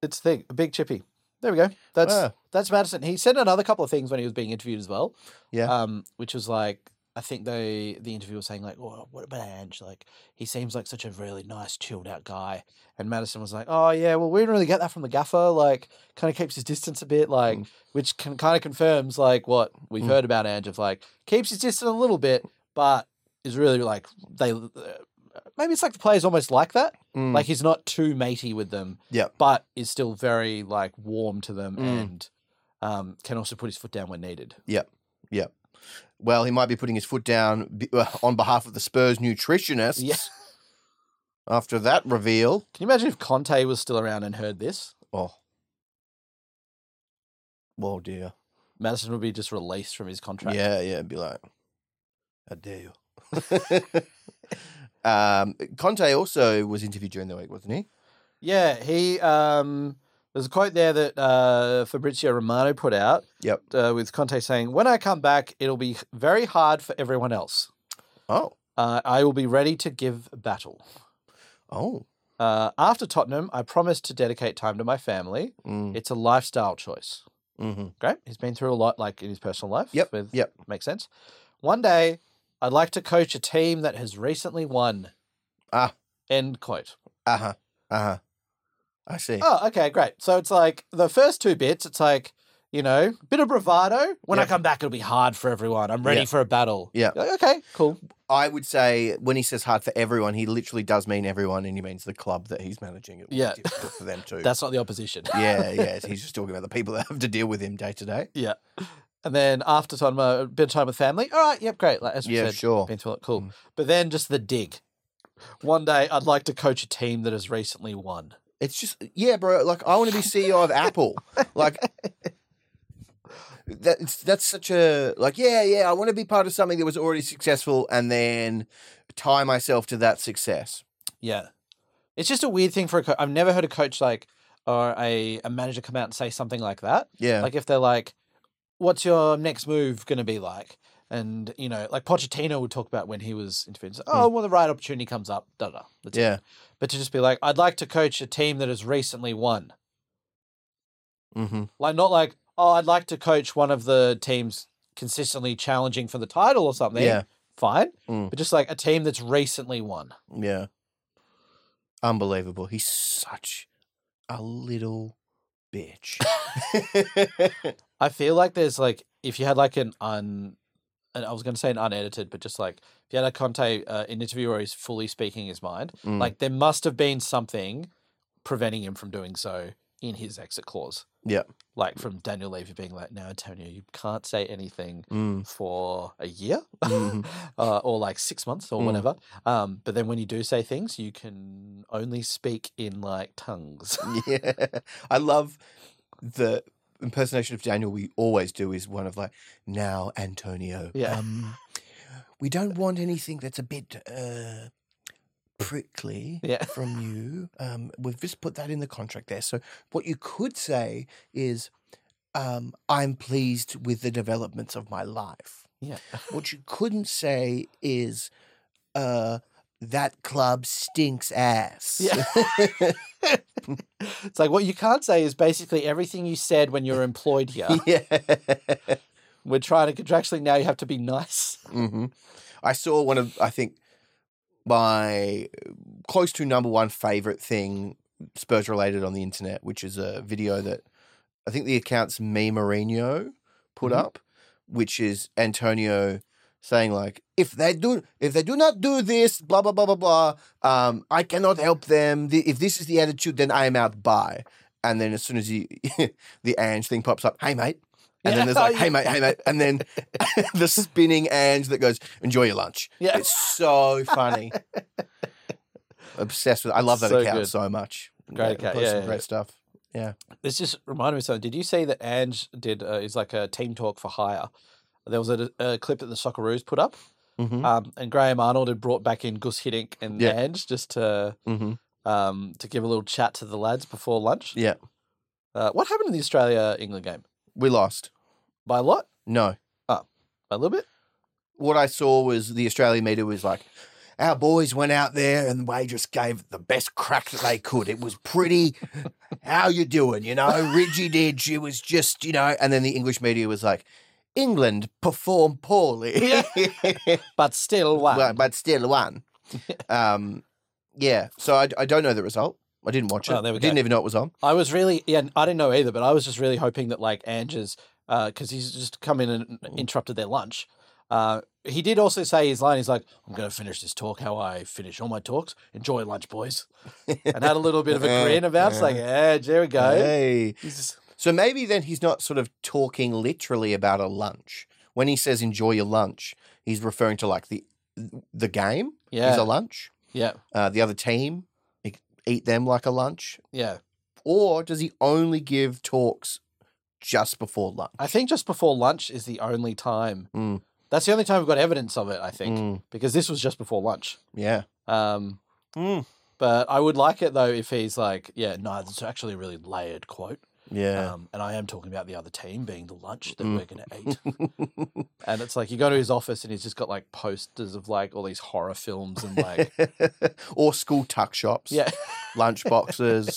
it's a thing. A big chippy. There we go. That's Wow. that's Madison. He said another couple of things when he was being interviewed as well. Yeah. Um, which was like I think they the interviewer was saying like, Oh, what about Ange? Like he seems like such a really nice, chilled out guy. And Madison was like, Oh yeah, well we didn't really get that from the gaffer, like kind of keeps his distance a bit, like Mm. which can kind of confirms like what we've Mm. heard about Ange of like keeps his distance a little bit, but is really like they uh, maybe it's like the players almost like that. Mm. Like he's not too matey with them, Yep. but is still very like warm to them Mm. and um, can also put his foot down when needed. well, he might be putting his foot down b- uh, on behalf of the Spurs nutritionists Yeah. after that reveal. Can you imagine if Conte was still around and heard this? Oh. Well, dear. Madison would be just released from his contract. Yeah, yeah, be like, how dare you? um, Conte also was interviewed during the week, wasn't he? Yeah, he um there's a quote there that uh Fabrizio Romano put out. Yep. Uh, with Conte saying, "When I come back, it'll be very hard for everyone else. Oh, Uh, I will be ready to give battle. oh, Uh, after Tottenham, I promise to dedicate time to my family. mm, It's a lifestyle choice." hmm great. He's been through a lot, like in his personal life. Yep, With, yep. Makes sense. One day, I'd like to coach a team that has recently won. Ah. End quote. uh huh, uh huh. I see. Oh, okay, great. So it's like the first two bits, it's like, you know, bit of bravado. When Yep. I come back, it'll be hard for everyone. I'm ready Yeah. for a battle. Yeah. You're like, okay, cool. I would say when he says hard for everyone, he literally does mean everyone, and he means the club that he's managing. It was Yeah. difficult for them too. That's not the opposition. yeah, yeah. He's just talking about the people that have to deal with him day to day. yeah. And then after time, a bit of time with family. All right, yep, great. Like, as we Yeah, said, sure. been through it, cool. Mm. But then just the dig. One day, I'd like to coach a team that has recently won. It's just yeah, bro. Like I want to be CEO of Apple. Like that's that's such a like yeah yeah. I want to be part of something that was already successful and then tie myself to that success. Yeah. It's just a weird thing for a coach. I've never heard a coach like or a, a manager come out and say something like that. Yeah, Like if they're like, what's your next move going to be like? And, you know, like Pochettino would talk about when he was interviewed. so, Oh, well, the right opportunity comes up. Da da. da. That's it." Hmm. yeah. But to just be like, I'd like to coach a team that has recently won. Mm-hmm. Like, not like, oh, I'd like to coach one of the teams consistently challenging for the title or something. Yeah. Fine. Mm. But just like a team that's recently won. Yeah, unbelievable. He's such a little bitch. I feel like there's like if you had like an un and I was going to say an unedited, but just like Piero Conte, uh, an interview where he's fully speaking his mind, Mm. like there must have been something preventing him from doing so in his exit clause. Yep. Like from Daniel Levy being like, "No, Antonio, you can't say anything Mm. for a year, Mhm. uh, or like six months, or Mm. whatever." Um, but then when you do say things, you can only speak in like tongues. yeah. I love the impersonation of Daniel we always do is one of like, now, Antonio. Yeah. Um, we don't want anything that's a bit uh, prickly Yeah. from you. Um, we've just put that in the contract there. So what you could say is, um, I'm pleased with the developments of my life. Yeah. What you couldn't say is, uh, that club stinks ass. Yeah. it's like what you can't say is basically everything you said when you were employed here. yeah. We're trying to contractually now you have to be nice. hmm I saw one of, I think, my close to number one favorite thing Spurs related on the internet, which is a video that I think the account's Me Mourinho put Mhm. up, which is Antonio saying like, if they do, if they do not do this, blah blah blah blah blah, um, I cannot help them. Th- If this is the attitude, then I am out. Bye. And then as soon as he, the Ange thing pops up, hey mate. And then there's like, hey mate, hey mate, and then the spinning Ange that goes, enjoy your lunch. Yeah. It's so funny. Obsessed with. I love that So account good. so much. Great They account, post some yeah, yeah. great stuff. This just reminded me of something. Did you say that Ange did uh, is like a team talk for hire? There was a, a clip that the Socceroos put up, Mm-hmm. um, and Graham Arnold had brought back in Gus Hiddink and Yeah. Ange just to Mm-hmm. um, to give a little chat to the lads before lunch. Yeah, Uh, what happened in the Australia England game? we lost. By a lot, No, by a little bit. what I saw was the Australian media was like, our boys went out there and they just gave it the best crack that they could. It was pretty. How you doing? You know, rigid edge. It was just you know. And then the English media was like, England performed poorly. But still, wow. Well, but still one. um, yeah. So I, I don't know the result. I didn't watch it. Oh, there we Didn't go. even know it was on. I was really, yeah, I didn't know either, but I was just really hoping that like Ange's, because he's just come in and interrupted their lunch. Uh, he did also say his line. He's like, "I'm going to finish this talk how I finish all my talks. Enjoy lunch, boys." And had a little bit of a grin about. it. It's like, "Yeah, there we go." Hey. He's just- So maybe then he's not sort of talking literally about a lunch. When he says enjoy your lunch, he's referring to like the the game is yeah, a lunch. yeah, Uh, the other team e- eat them like a lunch. yeah. Or does he only give talks just before lunch? I think just before lunch is the only time. Mm. That's the only time we've got evidence of it. I think Mm, because this was just before lunch. yeah. Um, Mm. but I would like it though if he's like, "Yeah, no, it's actually a really layered quote." Yeah. Um, and I am talking about the other team being the lunch that Mm. we're going to eat. Mm-hmm. and it's like you go to his office and he's just got like posters of like all these horror films and like, or school tuck shops. Um. yeah, Lunch boxes.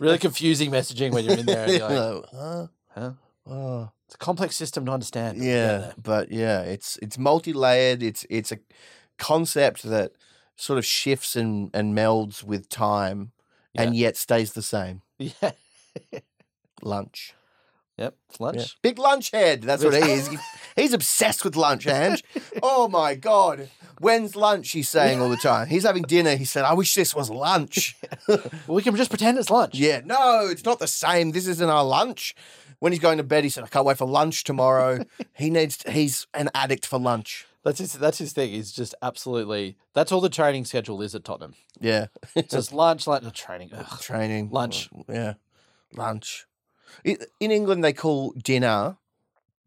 really confusing messaging when you're in there. And you're like, Like, huh? Huh? Oh, it's a complex system to understand. but we'll get yeah, there." but yeah, it's it's multi-layered. It's it's a concept that sort of shifts and and melds with time, and yet stays the same. Yeah. Lunch, Yep. It's Yeah. lunch. big lunch head. That's what he is. He- He's obsessed with lunch, Ange. oh my god, when's lunch? He's saying all the time. He's having dinner. He said, "I wish this was lunch." Well, we can just pretend it's lunch. Yeah, no, it's not the same. This isn't our lunch. When he's going to bed, he said, "I can't wait for lunch tomorrow." he needs. He's an addict for lunch. That's his. That's his thing. He's just absolutely. That's all the training schedule is at Tottenham. Yeah, It's just lunch, lunch, no, training. Ugh. training, Lunch. Yeah, lunch. I- In England, they call dinner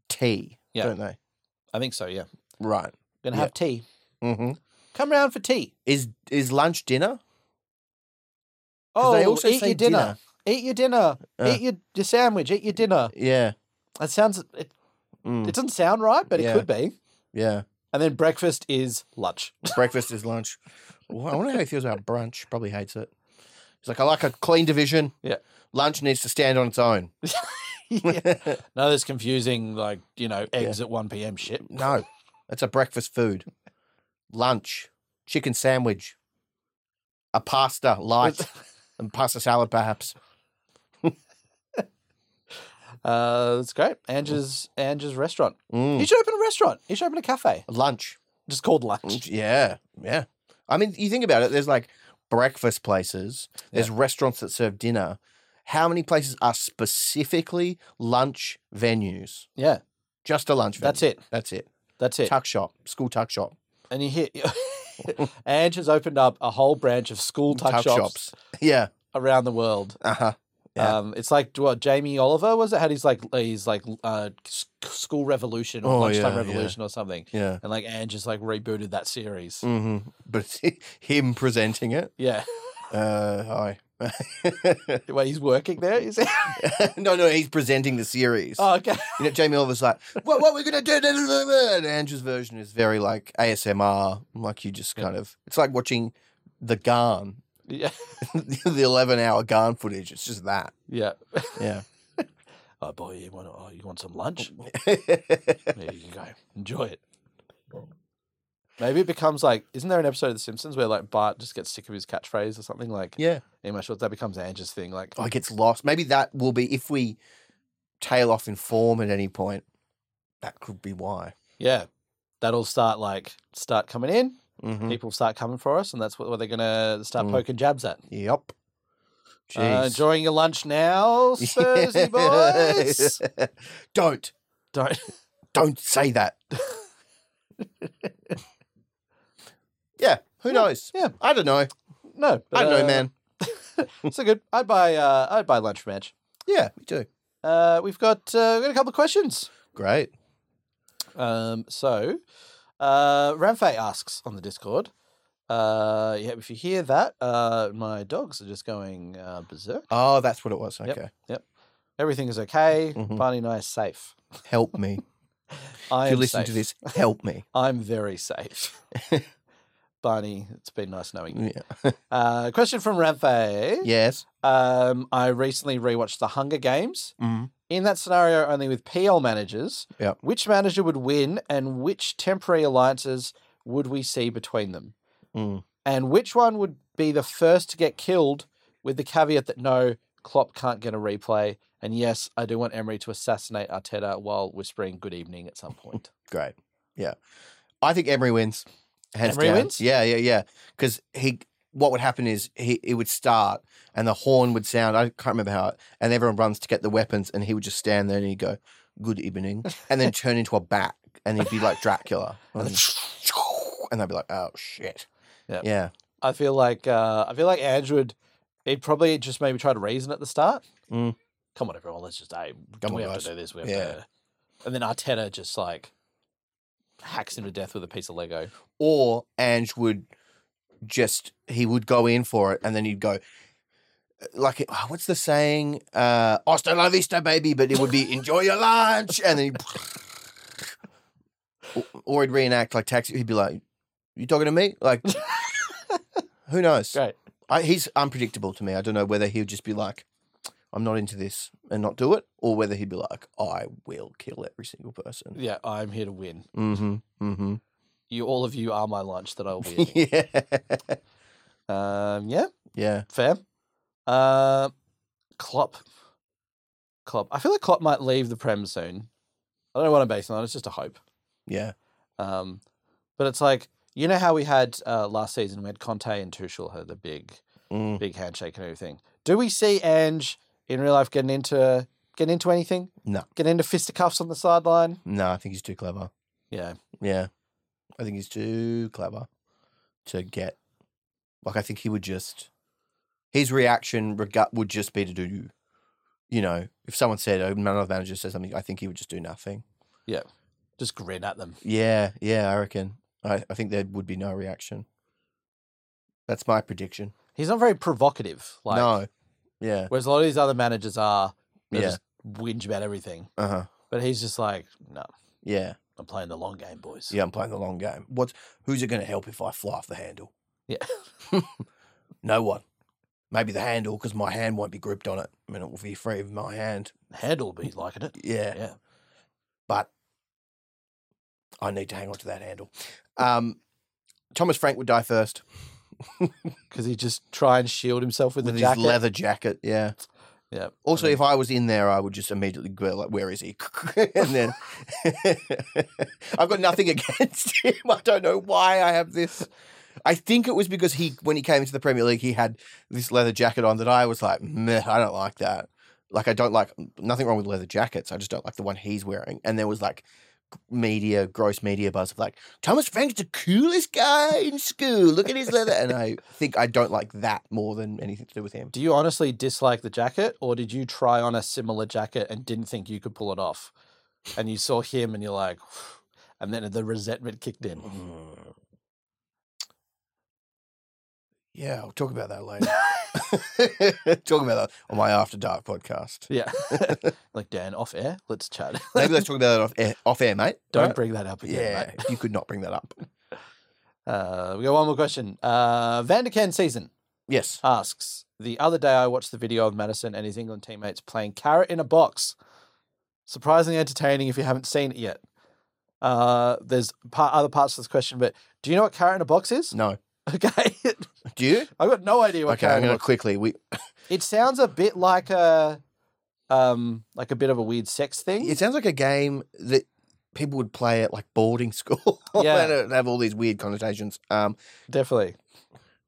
tea, Yeah. don't they? I think so. Yeah. Right. Gonna Yeah. have tea. Mm-hmm. Come round for tea. Is is lunch dinner? 'Cause Oh, they also eat say your dinner. Eat your dinner. Uh. eat your, your sandwich. Eat your dinner. Yeah. That sounds it, Mm, it doesn't sound right, but Yeah. it could be. yeah. And then breakfast is lunch. Breakfast is lunch. Well, I wonder how he feels about brunch. Probably hates it. He's like, I like a clean division. Yeah. Lunch needs to stand on its own. Yeah. No, there's confusing like, you know, eggs at one PM shit. No, that's a breakfast food. Lunch, chicken sandwich, a pasta light, and pasta salad perhaps. Uh, that's great. Ange's Ange's restaurant. Mm. You should open a restaurant. You should open a cafe. Lunch. Just called Mm. lunch. Yeah, yeah. I mean, you think about it. There's like breakfast places. There's restaurants that serve dinner. How many places are specifically lunch venues? Yeah, Just a lunch venue. that's it. That's it. That's it. Tuck shop, school tuck shop, And you hear Ange has opened up a whole branch of school tuck, shops, Yeah. around the world. Uh huh. Yeah. Um, it's like what Jamie Oliver was it? Had his like his like uh, s- school revolution or Oh, lunchtime yeah, yeah. revolution or something, Yeah. and like Ange has like rebooted that series. hmm But him presenting it. Yeah, Uh, hi. where he's working there. Is he? no, no, he's presenting the series. oh, okay. You know, Jamie Oliver's like, what, what we're going to do? da, da, da, da," And Andrew's version is very like ASMR. Like you just kind of, it's like watching the Garn, Yeah, the 11 hour Garn footage. It's just that. yeah. Yeah. Oh boy, you want oh, you want some lunch? yeah. There you go. Enjoy it. Maybe it becomes like, isn't there an episode of The Simpsons where like Bart just gets sick of his catchphrase or something? Like, in my shorts, that becomes Ange's thing. Like, Oh, it gets lost. Maybe that will be, if we tail off in form at any point, that could be why. yeah, that'll start like start coming in. Mhm. People start coming for us, and that's what, what they're gonna start Mm. poking jabs at. Yep. Uh, Jeez. enjoying your lunch now, Thursday boys. don't. Don't. Don't say that. yeah. Who knows? yeah. I don't know. No, I don't know, uh, man. So good. I'd buy. Uh, I'd buy lunch from Ange. Yeah, me too. Uh, we've got uh, we've got a couple of questions. Great. Um, so, uh, Ramfay asks on the Discord. Uh, yeah, if you hear that, uh, my dogs are just going uh, berserk. Oh, that's what it was. Okay. Everything is okay. Mhm. Barney and I are safe. Help me. I if am you listen to safe. this, help me. I'm very safe. Barney, it's been nice knowing you. Yeah. Uh, question from Ramfay. Yes. Um, I recently rewatched The Hunger Games. Mm. In that scenario, only with PL managers, Yep. which manager would win and which temporary alliances would we see between them? Mm. And which one would be the first to get killed with the caveat that no, Klopp can't get a replay? And yes, I do want Emery to assassinate Arteta while whispering good evening at some point. Great. Yeah. I think Emery wins. Hands Emery down. wins? Yeah, yeah, yeah. Because he, what would happen is he, it would start and the horn would sound. I can't remember how, it- and everyone runs to get the weapons, and he would just stand there and he'd go, "Good evening," and then turn into a bat, and he'd be like Dracula, and, then and they'd be like, "Oh shit." Yep. Yeah. I feel like uh, I feel like Ange would he'd probably just maybe try to reason at the start. Mm. Come on, everyone, let's just hey, Come we on, have guys. to do this. We have Yeah. to. And then Arteta just like hacks him to death with a piece of Lego. or Ange would just he would go in for it, and then he'd go like oh, what's the saying? Uh, Hasta la vista, baby. But it would be enjoy your lunch, and then he'd, Or- or he'd reenact like taxi. He'd be like, "You talking to me?" Like, who knows? Great. I, he's unpredictable to me. I don't know whether he'd just be like, "I'm not into this" and not do it, or whether he'd be like, "I will kill every single person." Yeah, I'm here to win. Mm-hmm. Mm-hmm. You all of you are my lunch that I will be eating. Yeah. um, yeah. yeah. Fair. Uh, Klopp. Klopp. I feel like Klopp might leave the Prem soon. I don't know what I'm basing on. It's just a hope. Yeah. Um, but it's like you know how we had uh, last season we had Conte and Tuchel had the big Mm. big handshake and everything. Do we see Ange in real life getting into getting into anything? No. Getting into fisticuffs on the sideline? No, I think he's too clever. Yeah. Yeah. I think he's too clever to get. Like, I think he would just. His reaction rega- would just be to do, you know, if someone said, oh, none of the managers said something, I think he would just do nothing. Just grin at them. Yeah, yeah, I reckon. I, I think there would be no reaction. That's my prediction. He's not very provocative. Like no. Yeah. whereas a lot of these other managers are they Yeah. just whinge about everything. Uh huh. But he's just like, no, Yeah. I'm playing the long game, boys. Yeah, I'm playing the long game. What's who's it going to help if I fly off the handle? Yeah. no one. Maybe the handle because my hand won't be gripped on it. I mean, it will be free of my hand. Handle be liking it. Yeah. Yeah. But I need to hang on to that handle. Um, Thomas Frank would die first Because he just try and shield himself with, with the his jacket. leather jacket. Yeah. Yeah. Also, if I was in there, I would just immediately go like, "Where is he?" and then I've got nothing against him. I don't know why I have this. I think it was because he, when he came into the Premier League, he had this leather jacket on that I was like, "Meh, I don't like that." Like, I don't like nothing wrong with leather jackets. I just don't like the one he's wearing. And there was like media, gross media buzz of like, "Thomas Frank's the coolest guy in school. Look at his leather." And I think I don't like that more than anything to do with him. Do you honestly dislike the jacket, or did you try on a similar jacket and didn't think you could pull it off? And you saw him and you're like, and then the resentment kicked in. Mm-hmm. Yeah, I'll talk about that later. talk about that on my After Dark podcast. Yeah. like, Dan, off air, let's chat. Maybe let's talk about that off air, off air mate. Don't Alright? bring that up again. yeah, mate. you could not bring that up. Uh, we got one more question. Uh, Vandercan season Yes. asks The other day I watched the video of Madison and his England teammates playing carrot in a box. Surprisingly entertaining if you haven't seen it yet. Uh, there's part, other parts to this question, but do you know what carrot in a box is? No. Okay. Do you? I've got no idea what Okay, carrot in I'm a going to box quickly. We It sounds a bit like a um like a bit of a weird sex thing. It sounds like a game that people would play at like boarding school. and Yeah. it'd have all these weird connotations. Um, Definitely.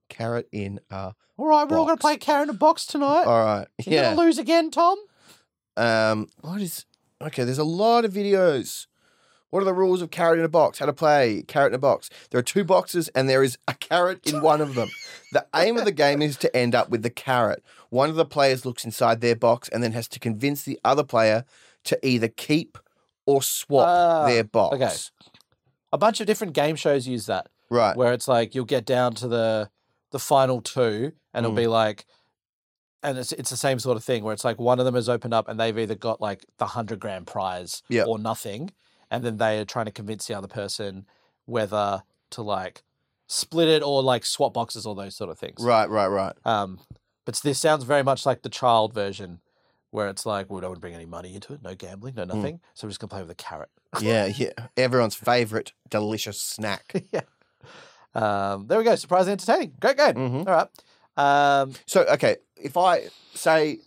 carrot in a. All right, we're all gonna Box. play carrot in a box tonight. All right. You're Yeah. gonna lose again, Tom. Um, what is okay? There's a lot of videos. What are the rules of carrot in a box? How to play carrot in a box? There are two boxes, and there is a carrot in one of them. The aim of the game is to end up with the carrot. One of the players looks inside their box and then has to convince the other player to either keep or swap Ah, their box. okay. A bunch of different game shows use that, Right. where it's like you'll get down to the the final two, and it'll Mm. be like, and it's it's the same sort of thing where it's like one of them has opened up and they've either got like the hundred grand prize Yeah. or nothing, and then they are trying to convince the other person whether to like split it or like swap boxes or those sort of things. Right. Right. Right. Um, but this sounds very much like the child version, where it's like, we don't want to bring any money into it, no gambling, no nothing. So we're just gonna play with a carrot. Yeah. Yeah. Everyone's favorite delicious snack. yeah. Um, there we go. Surprise entertaining. Great game. Mhm. All right. Um, So, okay, if I say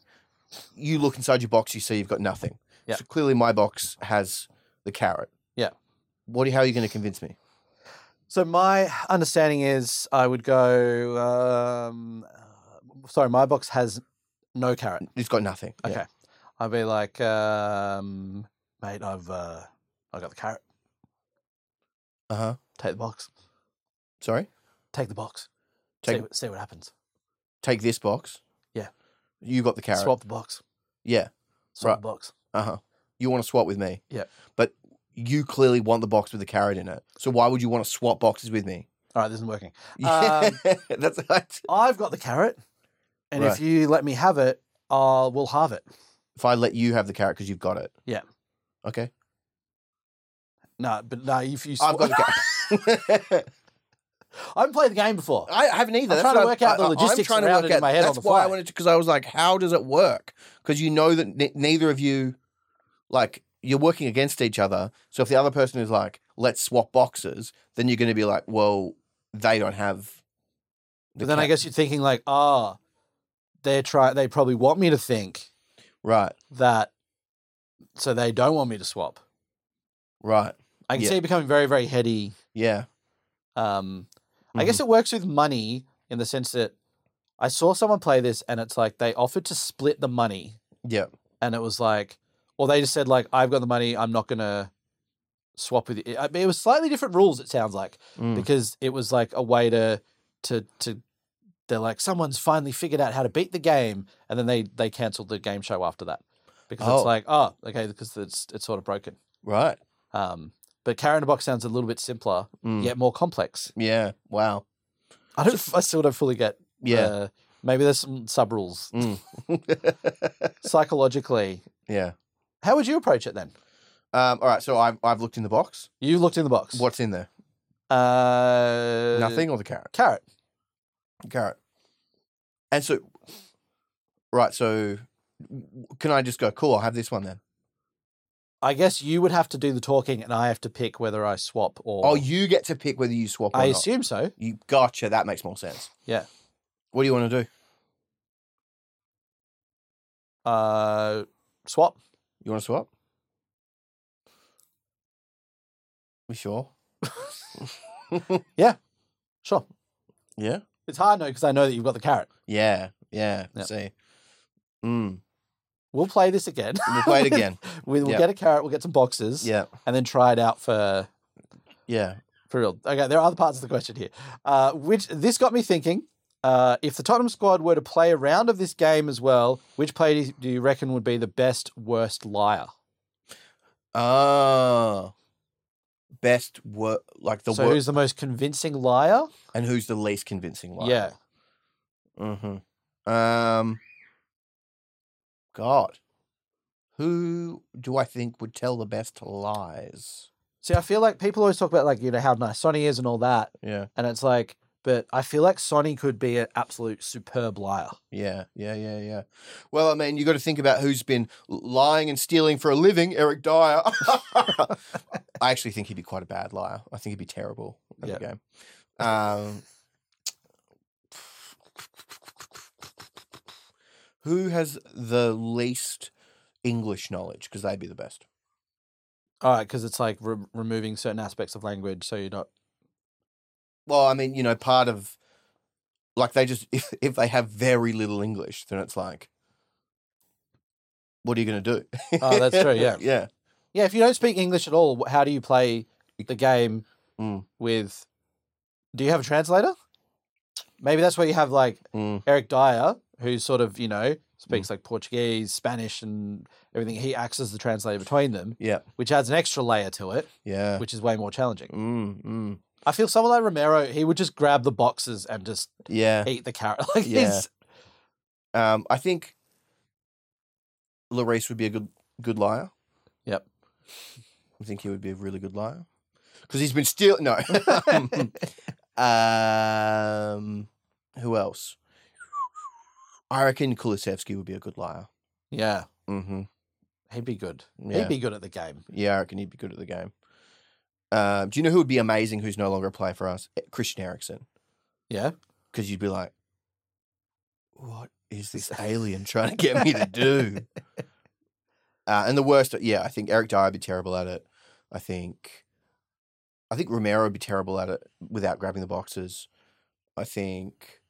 you look inside your box, you see you've got nothing. Yeah. So clearly, my box has the carrot. Yeah. What? do you- How are you going to convince me? so my understanding is I would go. Um, uh, sorry, my box has no carrot. It's got nothing. Yeah. Okay. I'd be like, um, mate, I've uh, I got the carrot. Uh huh. Take the box. Sorry. Take the box. Take see, what- see what happens. take this box. Yeah. You got the carrot. Swap the box. Yeah. Swap Right. the box. Uh huh. You want to swap with me. Yeah. But you clearly want the box with the carrot in it. So why would you want to swap boxes with me? All right, this isn't working. Yeah. that's that's- I've got the carrot, and if Right. you let me have it, I'll we'll halve it. If I let you have the carrot because you've got it. Yeah. Okay. No, but no, if you I've swa- got the carrot. I haven't played the game before. I haven't either. I'm That's trying what to work out the I- I- logistics I'm trying to around work it in out- my head on That's the why I fly. wanted to, because I was like, how does it work? Because you know that ne- neither of you, like, you're working against each other. So if the other person is like, let's swap boxes, then you're going to be like, well, they don't have. the But then I cat- guess you're thinking like, ah, they're try they probably want me to think Right, that so they don't want me to swap. right. I can Yeah. see it becoming very, very heady. Yeah. Um I Mm-hmm. guess it works with money in the sense that I saw someone play this and it's like they offered to split the money Yeah. and it was like or they just said like I've got the money, I'm not gonna swap with you. I mean, it was slightly different rules, it sounds like. Mm. because it was like a way to to to they're like someone's finally figured out how to beat the game and then they they canceled the game show after that because Oh. it's like oh okay because it's it's sort of broken Right. um but carrot in a box sounds a little bit simpler Mm. yet more complex Yeah. Wow. i don't f- i still don't fully get Yeah. mm, the- maybe there's some sub rules psychologically yeah. how would you approach it then Um, all right. So I've, I've looked in the box. you looked in the box What's in there? uh Nothing or the carrot? carrot Garrett. And so, right. So, w- can I just go? Cool. I'll have this one then. i guess you would have to do the talking and i have to pick whether i swap or Oh, you get to pick whether you swap. Or i not. assume so You gotcha. That makes more sense. Yeah. What do you want to do? Uh, swap. You want to swap? We sure? Sure. Yeah. It's hard though because I know that you've got the carrot. Yeah. Yeah. Yep. See. Mm. We'll play this again. We'll play it with- again. We, we'll Yeah. get a carrot. We'll get some boxes. Yeah. And then try it out for Yeah. for real. Okay, there are other parts of the question here. Uh, which this got me thinking. Uh, if the Tottenham squad were to play a round of this game as well, which player do- do you reckon would be the best worst liar? Ah. Best work, like the so wor- who's the most convincing liar? and who's the least convincing liar? Yeah. Mm-hmm. Um. God, who do I think would tell the best lies? See, I feel like people always talk about like you know how nice Sonny is and all that, Yeah. and it's like, but I feel like Sonny could be an absolute superb liar. Yeah, yeah, yeah, yeah. Well, I mean, you got to think about who's been lying and stealing for a living. Eric Dyer. I actually think he'd be quite a bad liar. I think he'd be terrible at the game. Um, who has the least English knowledge? Because they'd be the best. All right, because it's like re- removing certain aspects of language, so you're not. Well, I mean, you know, part of like they just if if they have very little English, then it's like, what are you going to do? Oh, that's true, yeah. yeah. Yeah, if you don't speak English at all, wh- how do you play the game Mm. with? Do you have a translator? Maybe that's where you have like Mm. Eric Dyer, who sort of you Hmm. know speaks like Portuguese, Spanish, and everything. He acts as the translator between them, Yeah. which adds an extra layer to it, Yeah. which is way more challenging. Mm, mm. I feel someone like Romero, he would just grab the boxes and just Yeah. eat the carrot. Like Yeah. he's- Um, I think Larice would be a good good liar. Yep. I think he would be a really good liar because he's been steal. No. um, who else? I reckon Kulisevsky would be a good liar. yeah, Mm-hmm. he'd be good. Yeah. He'd be good at the game. Yeah, I reckon he'd be good at the game. Uh, do you know who would be amazing? Who's no longer a player for us? Eh, Christian Eriksen. Yeah. because you'd be like, "What is this alien trying to get me to do?" Uh, and the worst, yeah, I think Eric Dyer would be terrible at it. I think, I think Romero would be terrible at it without grabbing the boxes. I think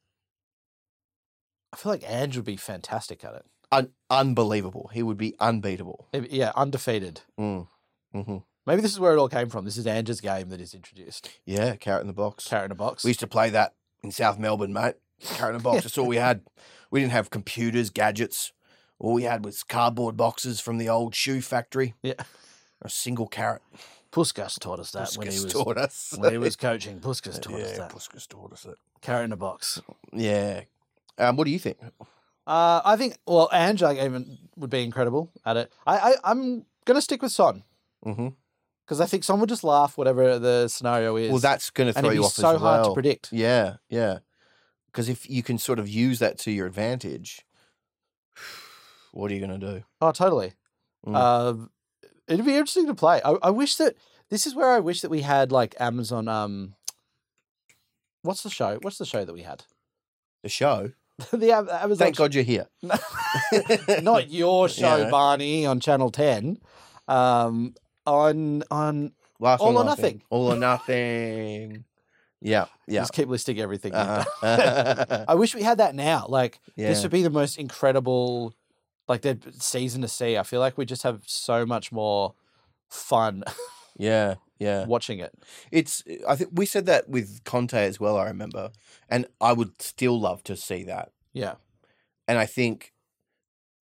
I feel like Andrew would be fantastic at it. un- unbelievable. He would be unbeatable. Maybe- Yeah, undefeated. Mm. hmm Maybe this is where it all came from. This is Andrew's game that is introduced. Yeah, carrot in the box. Carrot in a box. We used to play that in South Melbourne, mate. Carrot in a box. That's all we had. We didn't have computers, gadgets. All we had was cardboard boxes from the old shoe factory. Yeah. A single carrot. Puskas taught us that when he Puskas was taught us. when he was coaching. Puskas taught us yeah, that. Puskas taught us it. Carrot in a box. Yeah. Um, what do you think? Uh, I think well, Andrew even would be incredible at it. I, I I'm gonna stick with Son hmm because I think Son would just laugh whatever the scenario is. Well, that's going to and throw it'd you be off so as well. hard to predict. Yeah, yeah. Because if you can sort of use that to your advantage, what are you going to do? Oh, totally. Mm. Um, it'd be interesting to play. I, I wish that this is where I wish that we had like Amazon. Um, what's the show? What's the show that we had? The show. the Am- Amazon. Thank God you're here. not your show, Yeah. Barney, on Channel Ten. Um, on on Last All one, or last thing. nothing. All or nothing. Yeah, yeah. just keep listing everything. you've done. Uh-huh. I wish we had that now. Like Yeah. this would be the most incredible, like the season to see. I feel like we just have so much more fun yeah, yeah. watching it. It's. I think we said that with Conte as well. I remember, and I would still love to see that. Yeah, And I think,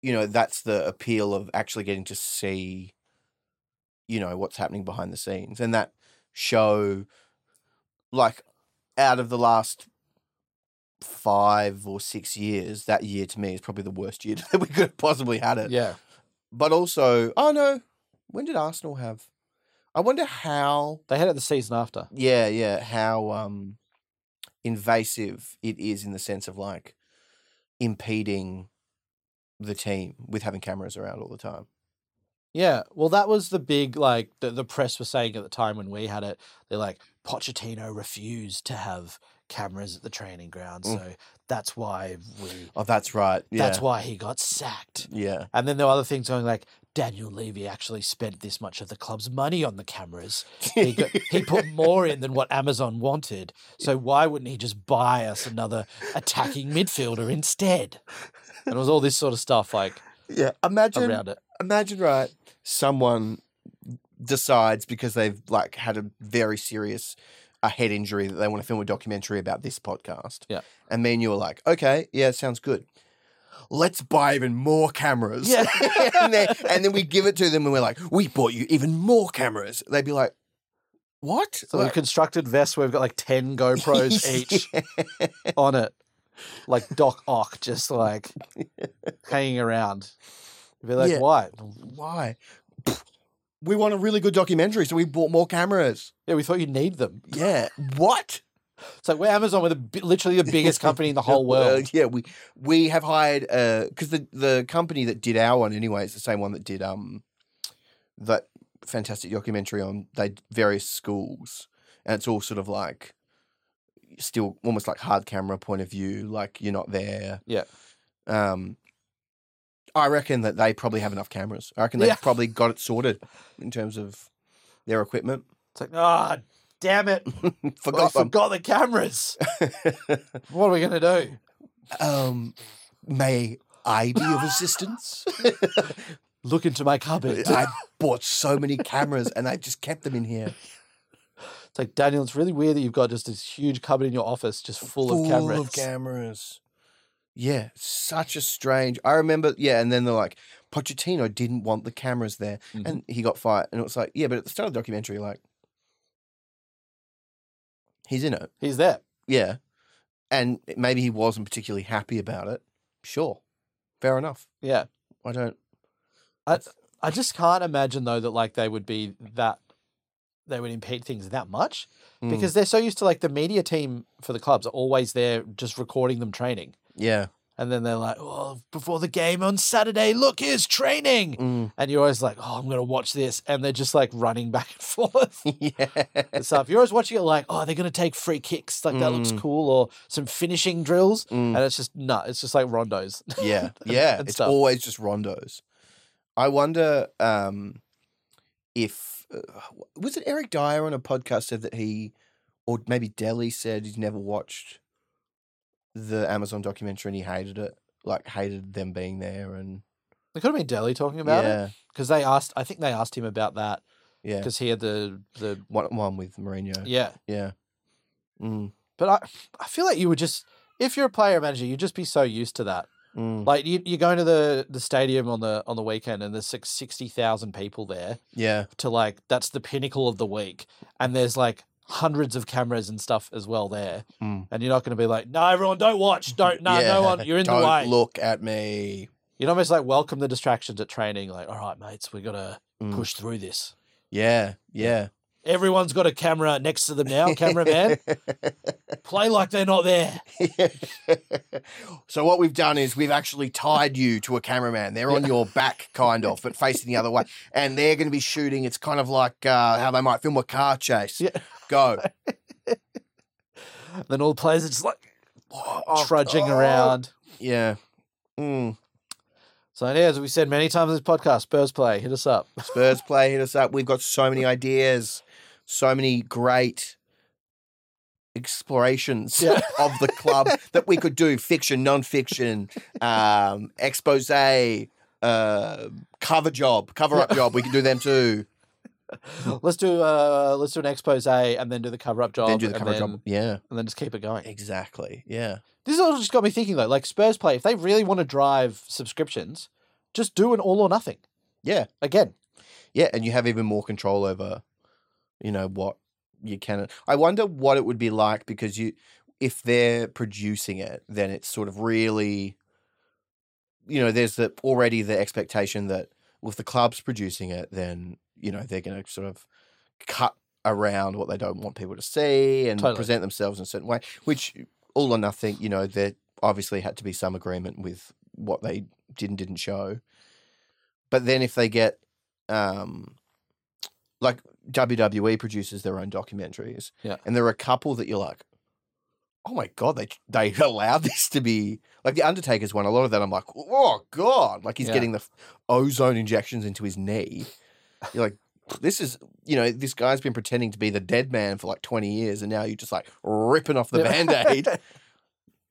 you know, that's the appeal of actually getting to see, you know, what's happening behind the scenes, and that show, like, out of the last five or six years, that year to me is probably the worst year that we could have possibly had it. yeah. but also, oh no, when did Arsenal have? I wonder how. They had it the season after. Yeah, yeah, how um invasive it is in the sense of like impeding the team with having cameras around all the time. Yeah, well, that was the big like the, the press were saying at the time when we had it. They're like Pochettino refused to have cameras at the training ground, so that's why we. Oh, that's right. Yeah. That's why he got sacked. Yeah. And then there were other things going like Daniel Levy actually spent this much of the club's money on the cameras. He, got, he put more in than what Amazon wanted. So why wouldn't he just buy us another attacking midfielder instead? And it was all this sort of stuff like Yeah. Imagine around it. imagine right someone decides because they've like had a very serious a head injury that they want to film a documentary about this podcast. Yeah. And me and you were like, okay, yeah, it sounds good. Let's buy even more cameras. Yeah. and, then, and then we give it to them and we're like, we bought you even more cameras. They'd be like, what? So we've Like- constructed vests where we've got like 10 GoPros each on it. Like Doc Ock just like hanging around. You'd be like, Yeah. why? Why? We want a really good documentary, so we bought more cameras. Yeah, we thought you'd need them. Yeah. What? It's like we're Amazon, we're the, bi- literally the biggest company in the whole world. yeah, we we have hired because the the company that did our one anyway is the same one that did um that fantastic documentary on they d- various schools, and it's all sort of like still almost like hard camera point of view, like you're not there. Yeah. Um. I reckon that they probably have enough cameras. I reckon they've Yeah. probably got it sorted in terms of their equipment. It's like, ah, damn it. I Forgot them. forgot the cameras. what are we going to do? Um, may I be of assistance? Look into my cupboard. I bought so many cameras and I just kept them in here. It's like, Daniel, it's really weird that you've got just this huge cupboard in your office just full, of cameras. cameras. Yeah, such a strange. I remember, yeah, and then they're like, Pochettino didn't want the cameras there Mhm. and he got fired. And it was like, yeah, but at the start of the documentary, like, he's in it. He's there. Yeah. And maybe he wasn't particularly happy about it. Sure. Fair enough. Yeah. I don't. I I just can't imagine though that like they would be that they would impede things that much Mm. because they're so used to like the media team for the clubs are always there just recording them training. Yeah. And then they're like, oh, before the game on Saturday, look, here's training. Mm. And you're always like, oh, I'm going to watch this. And they're just like running back and forth yeah. and stuff. You're always watching it like, oh, they're going to take free kicks. Like, that looks Mm. cool. Or some finishing drills. Mm. And it's just, no, it's just like rondos. Yeah, yeah. and it's stuff. always just rondos. I wonder um, if uh, w- was it Eric Dyer on a podcast said that he, or maybe Delhi said he's never watched the Amazon documentary and he hated it, like hated them being there and It could have been Delhi talking about it. yeah, Because they asked, I think they asked him about that yeah. because he had the the One one with Mourinho. yeah. Yeah. Mm, But I I feel like you would just if you're a player manager, you'd just be so used to that. mm. Like you, you're going to the the stadium on the on the weekend, and there's like sixty thousand people there Yeah. to like that's the pinnacle of the week, and there's like hundreds of cameras and stuff as well there, Mm. and you're not going to be like, no, everyone, don't watch, don't, no, yeah. no one, you're in Don't the way. Look at me. You'd almost like welcome the distractions at training, like, all right, mates, we got to Mm. push through this. Yeah. Yeah. Everyone's got a camera next to them now, cameraman. Play like they're not there. so what we've done is we've actually tied you to a cameraman. They're on your back, kind of, but facing the other way, and they're going to be shooting. It's kind of like uh, how they might film a car chase. Yeah. Go Then all the players are just like Oh, trudging God. around. Yeah. Mm. So yeah, as we said many times in this podcast, Spurs play, hit us up. Spurs play hit us up. We've got so many ideas, so many great explorations Yeah. of the club that we could do fiction, non-fiction, um, expose, uh, cover job, cover up job. We can do them too. let's do uh let's do an expose and then do the cover up job. then do the and cover then, job. Yeah, and then just keep it going. exactly. Yeah, This all just got me thinking though, like Spurs play, if they really want to drive subscriptions, just do an all or nothing. yeah, Again. yeah. And you have even more control over, you know, what you can. I wonder what it would be like because you, if they're producing it, then it's sort of really, you know, there's the already the expectation that well, if the club's producing it, then you know they're going to sort of cut around what they don't want people to see and Totally. present themselves in a certain way. Which all or nothing, you know, there obviously had to be some agreement with what they did and didn't show. But then if they get, um, like WWE E produces their own documentaries, Yeah. and there are a couple that you're like, oh my god, they they allowed this to be like the Undertaker's one. A lot of that, I'm like, oh god, like he's Yeah. getting the f- ozone injections into his knee. You're like, this is you know, this guy's been pretending to be the dead man for like 20 years, and now you're just like ripping off the Yeah. band aid.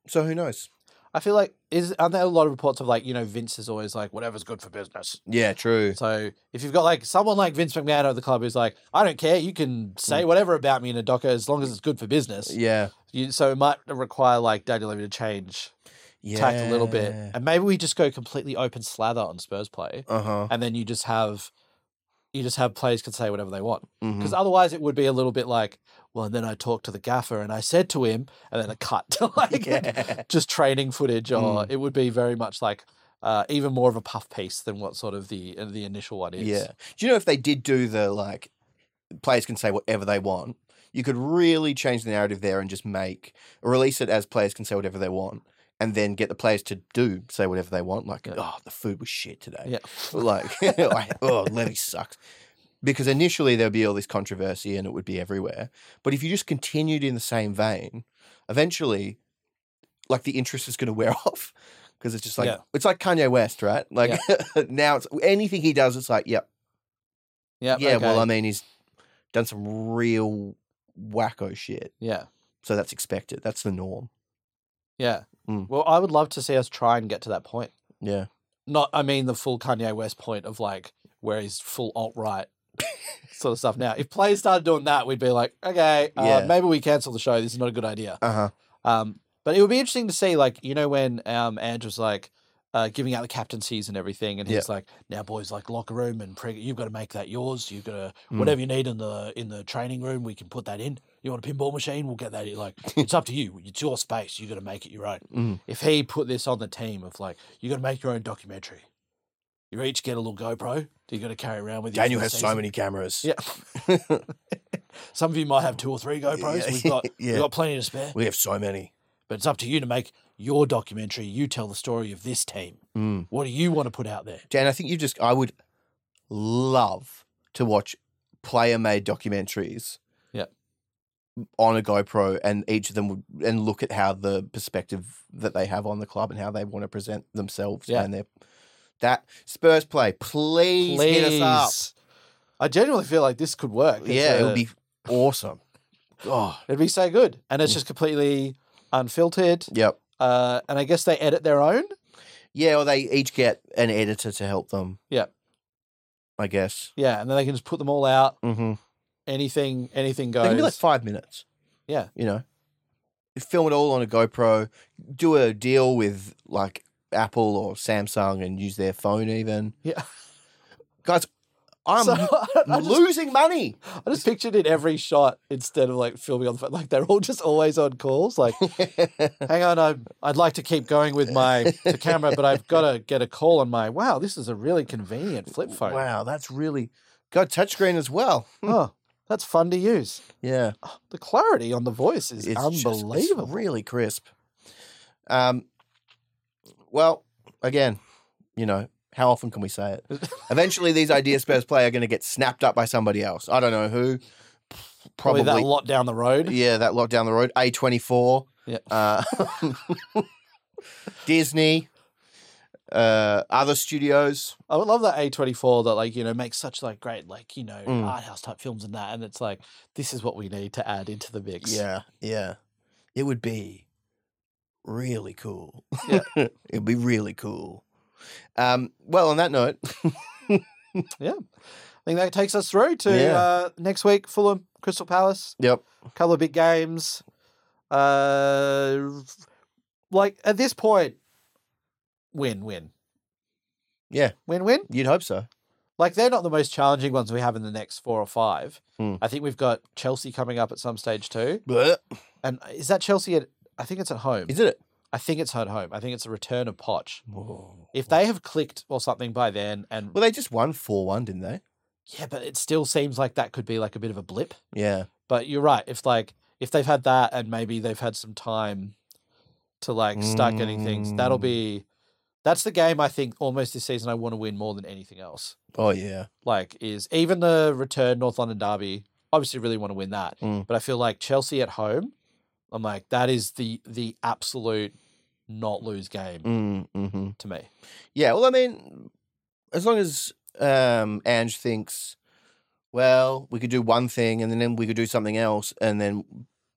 so who knows? I feel like is aren't there a lot of reports of like you know Vince is always like whatever's good for business. Yeah, true. So if you've got like someone like Vince McMahon of the club who's like I don't care, you can Mm. say whatever about me in a docker as long as it's good for business. Yeah, You, so it might require like Daniel Levy to change yeah, tact a little bit, and maybe we just go completely open slather on Spurs play, Uh huh. and then you just have you just have players can say whatever they want. hmm Because otherwise, it would be a little bit like, well, and then I talked to the gaffer and I said to him, and then a cut to like Yeah. Mm. just training footage, or it would be very much like uh, even more of a puff piece than what sort of the uh, the initial one is. Yeah. Do you know if they did do the like players can say whatever they want, you could really change the narrative there and just make release it as players can say whatever they want. And then get the players to do say whatever they want, like, Yeah. oh, the food was shit today. yeah, Like, I- oh, Levy sucks. Because initially there'd be all this controversy and it would be everywhere. But if you just continued in the same vein, eventually, like, the interest is going to wear off. Because it's just like, Yeah. it's like Kanye West, right? Like, now it's anything he does, it's like, yep, yeah, yeah, well, okay, I mean, he's done some real wacko shit, yeah, so that's expected. That's the norm. yeah. Mm. Well, I would love to see us try and get to that point. Yeah, Not, I mean, the full Kanye West point of like where he's full alt right. sort of stuff now if players started doing that we'd be like okay uh, Yeah. maybe we cancel the show this is not a good idea uh huh. Um, but it would be interesting to see, like, you know, when um, Andrew's like uh, giving out the captaincies and everything, and he's Yeah. like, "Now, boys, like locker room and preg- you've got to make that yours. You've got to Mm. whatever you need in the in the training room, we can put that in. You want a pinball machine? We'll get that. in. Like, it's up to you. It's your space. You got to make it your own. Mm. If he put this on the team of like, you got to make your own documentary. You each get a little GoPro. that You got to carry around with you. for Daniel the has so season." many cameras. Yeah. Some of you might have two or three GoPros. Yeah, We've got yeah. we've got plenty to spare we have so many. but it's up to you to make your documentary. You tell the story of this team. Mm. What do you want to put out there? Dan, I think you just. I would love to watch player-made documentaries. Yeah. On a GoPro, and each of them would and look at how the perspective that they have on the club and how they want to present themselves Yeah. and their that Spurs play. Please, hit us up. I genuinely feel like this could work. It's Yeah, it a- would be awesome. Oh, it'd be so good, and Mm. it's just completely unfiltered. yep. Uh, and I guess they edit their own. Yeah, or they each get an editor to help them. Yeah. I guess. Yeah, and then they can just put them all out. Mm-hmm. Anything, anything They goes. can be like five minutes. Yeah. You know, film it all on a GoPro, do a deal with like Apple or Samsung and use their phone even. yeah. Guys, I'm So, I, I just, losing money. I just pictured in every shot instead of like filming on the phone, like they're all just always on calls. Like hang on, I, I'd like to keep going with my to camera, but I've got to get a call on my. Wow, this is a really convenient flip phone. wow, that's really got touchscreen as well. Oh, that's fun to use. Yeah. The clarity on the voice is just- unbelievable. it's really crisp. Um, well, again, you know, how often can we say it? Eventually, these ideas Spurs play are going to get snapped up by somebody else. I don't know who. Probably Probably, that lot down the road. yeah, that lot down the road. A twenty four, Yeah. Disney, uh, other studios. I would love that A24 that like, you know, makes such like great like, you know, Mm. art house type films and that and it's like this is what we need to add into the mix. Yeah, yeah, it would be really cool. Yeah. It'd be really cool. Um, well, on that note, I think that takes us through to Yeah. uh, next week Fulham Crystal Palace. yep. couple of big games. Uh, like at this point, win win. Yeah. win win. You'd hope so. Like they're not the most challenging ones we have in the next four or five. Hmm. I think we've got Chelsea coming up at some stage too. But And uh, is that Chelsea? At, I think it's at home. is it? I think it's at home. I think it's a return of Poch. Hmm. If they have clicked or something by then, and Well, they just won four one, didn't they? yeah, but it still seems like that could be like a bit of a blip. Yeah. But you're right. If like if they've had that and maybe they've had some time to like start getting things, that'll Mm. be that's the game I think almost this season I want to win more than anything else. Oh yeah. Like is even the return North London Derby, obviously really want to win that. Mm. But I feel like Chelsea at home, I'm like, that is the the absolute not lose game Mm, hmm to me. Yeah, well, I mean, as long as um, Ange thinks, well, we could do one thing and then we could do something else, and then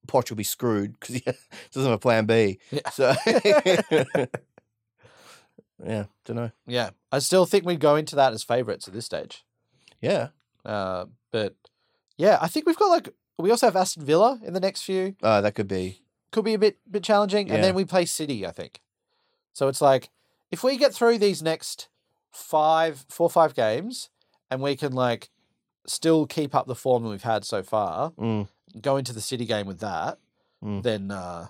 Poch will be screwed because he doesn't have a plan B. Yeah. So, yeah, don't know. Yeah, I still think we go into that as favorites at this stage. Yeah. Uh, but yeah, I think we've got like we also have Aston Villa in the next few. Uh, that could be. Could be a bit bit challenging, and Yeah. then we play City. I think. So it's like if we get through these next five, four or five games, and we can like still keep up the form that we've had so far, Mm. go into the City game with that, Mm. then uh,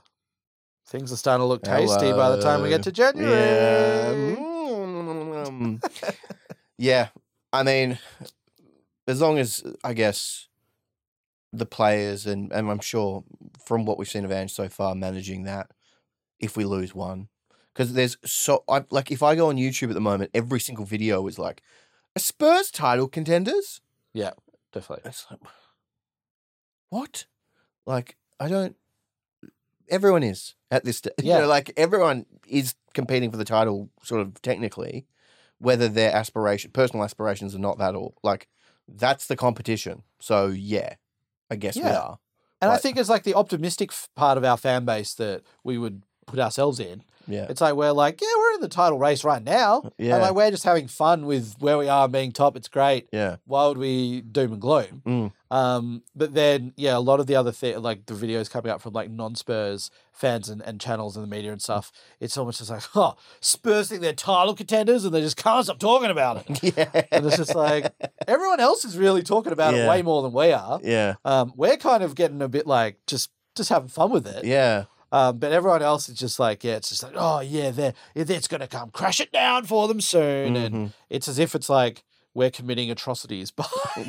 things are starting to look tasty by the time we get to January. Yeah. Mm. yeah. I mean, as long as I guess the players and, and I'm sure from what we've seen of Ange so far managing that, if we lose one, because there's so I like if I go on YouTube at the moment, every single video is like Spurs title contenders. Definitely. It's like what? Like I don't. Everyone is at this. St- You Yeah. know, like everyone is competing for the title, sort of technically, whether their aspiration, personal aspirations, are not that all. Like that's the competition. So yeah, I guess we Yeah. are. And I Like- think it's like the optimistic f- part of our fan base that we would put ourselves in. Yeah, It's like we're like, yeah, we're in the title race right now. yeah, And like we're just having fun with where we are and being top. It's great. yeah. Why would we doom and gloom? Mm. Um, but then, yeah, a lot of the other thing, like the videos coming up from like non-Spurs fans and, and channels and the media and stuff, it's almost just like, oh, Spurs think they're title contenders and they just can't stop talking about it. Yeah, And it's just like everyone else is really talking about it Yeah. way more than we are. yeah, Um, we're kind of getting a bit like just just having fun with it. yeah, Um, but everyone else is just like, yeah, it's just like, oh yeah, they're it's gonna come crash it down for them soon. And Mhm. it's as if it's like we're committing atrocities by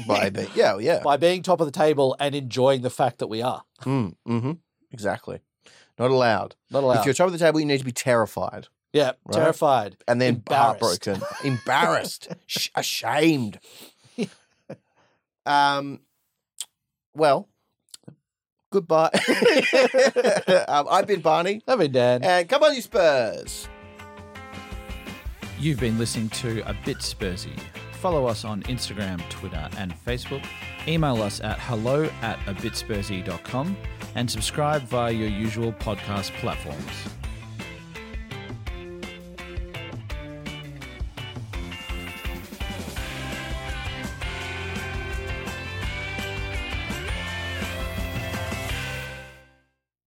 By the yeah, yeah. by being top of the table and enjoying the fact that we are. Mm, hmm Exactly. Not allowed. Not allowed. If you're top of the table, you need to be terrified. yeah, Right. terrified. and then Embarrassed. heartbroken, embarrassed, sh- ashamed. um, well, goodbye. um, I've been Barney, I mean, Dan. and come on, you Spurs. You've been listening to A Bit Spursy. Follow us on Instagram, Twitter, and Facebook. Email us at hello at abitspursy.com and subscribe via your usual podcast platforms.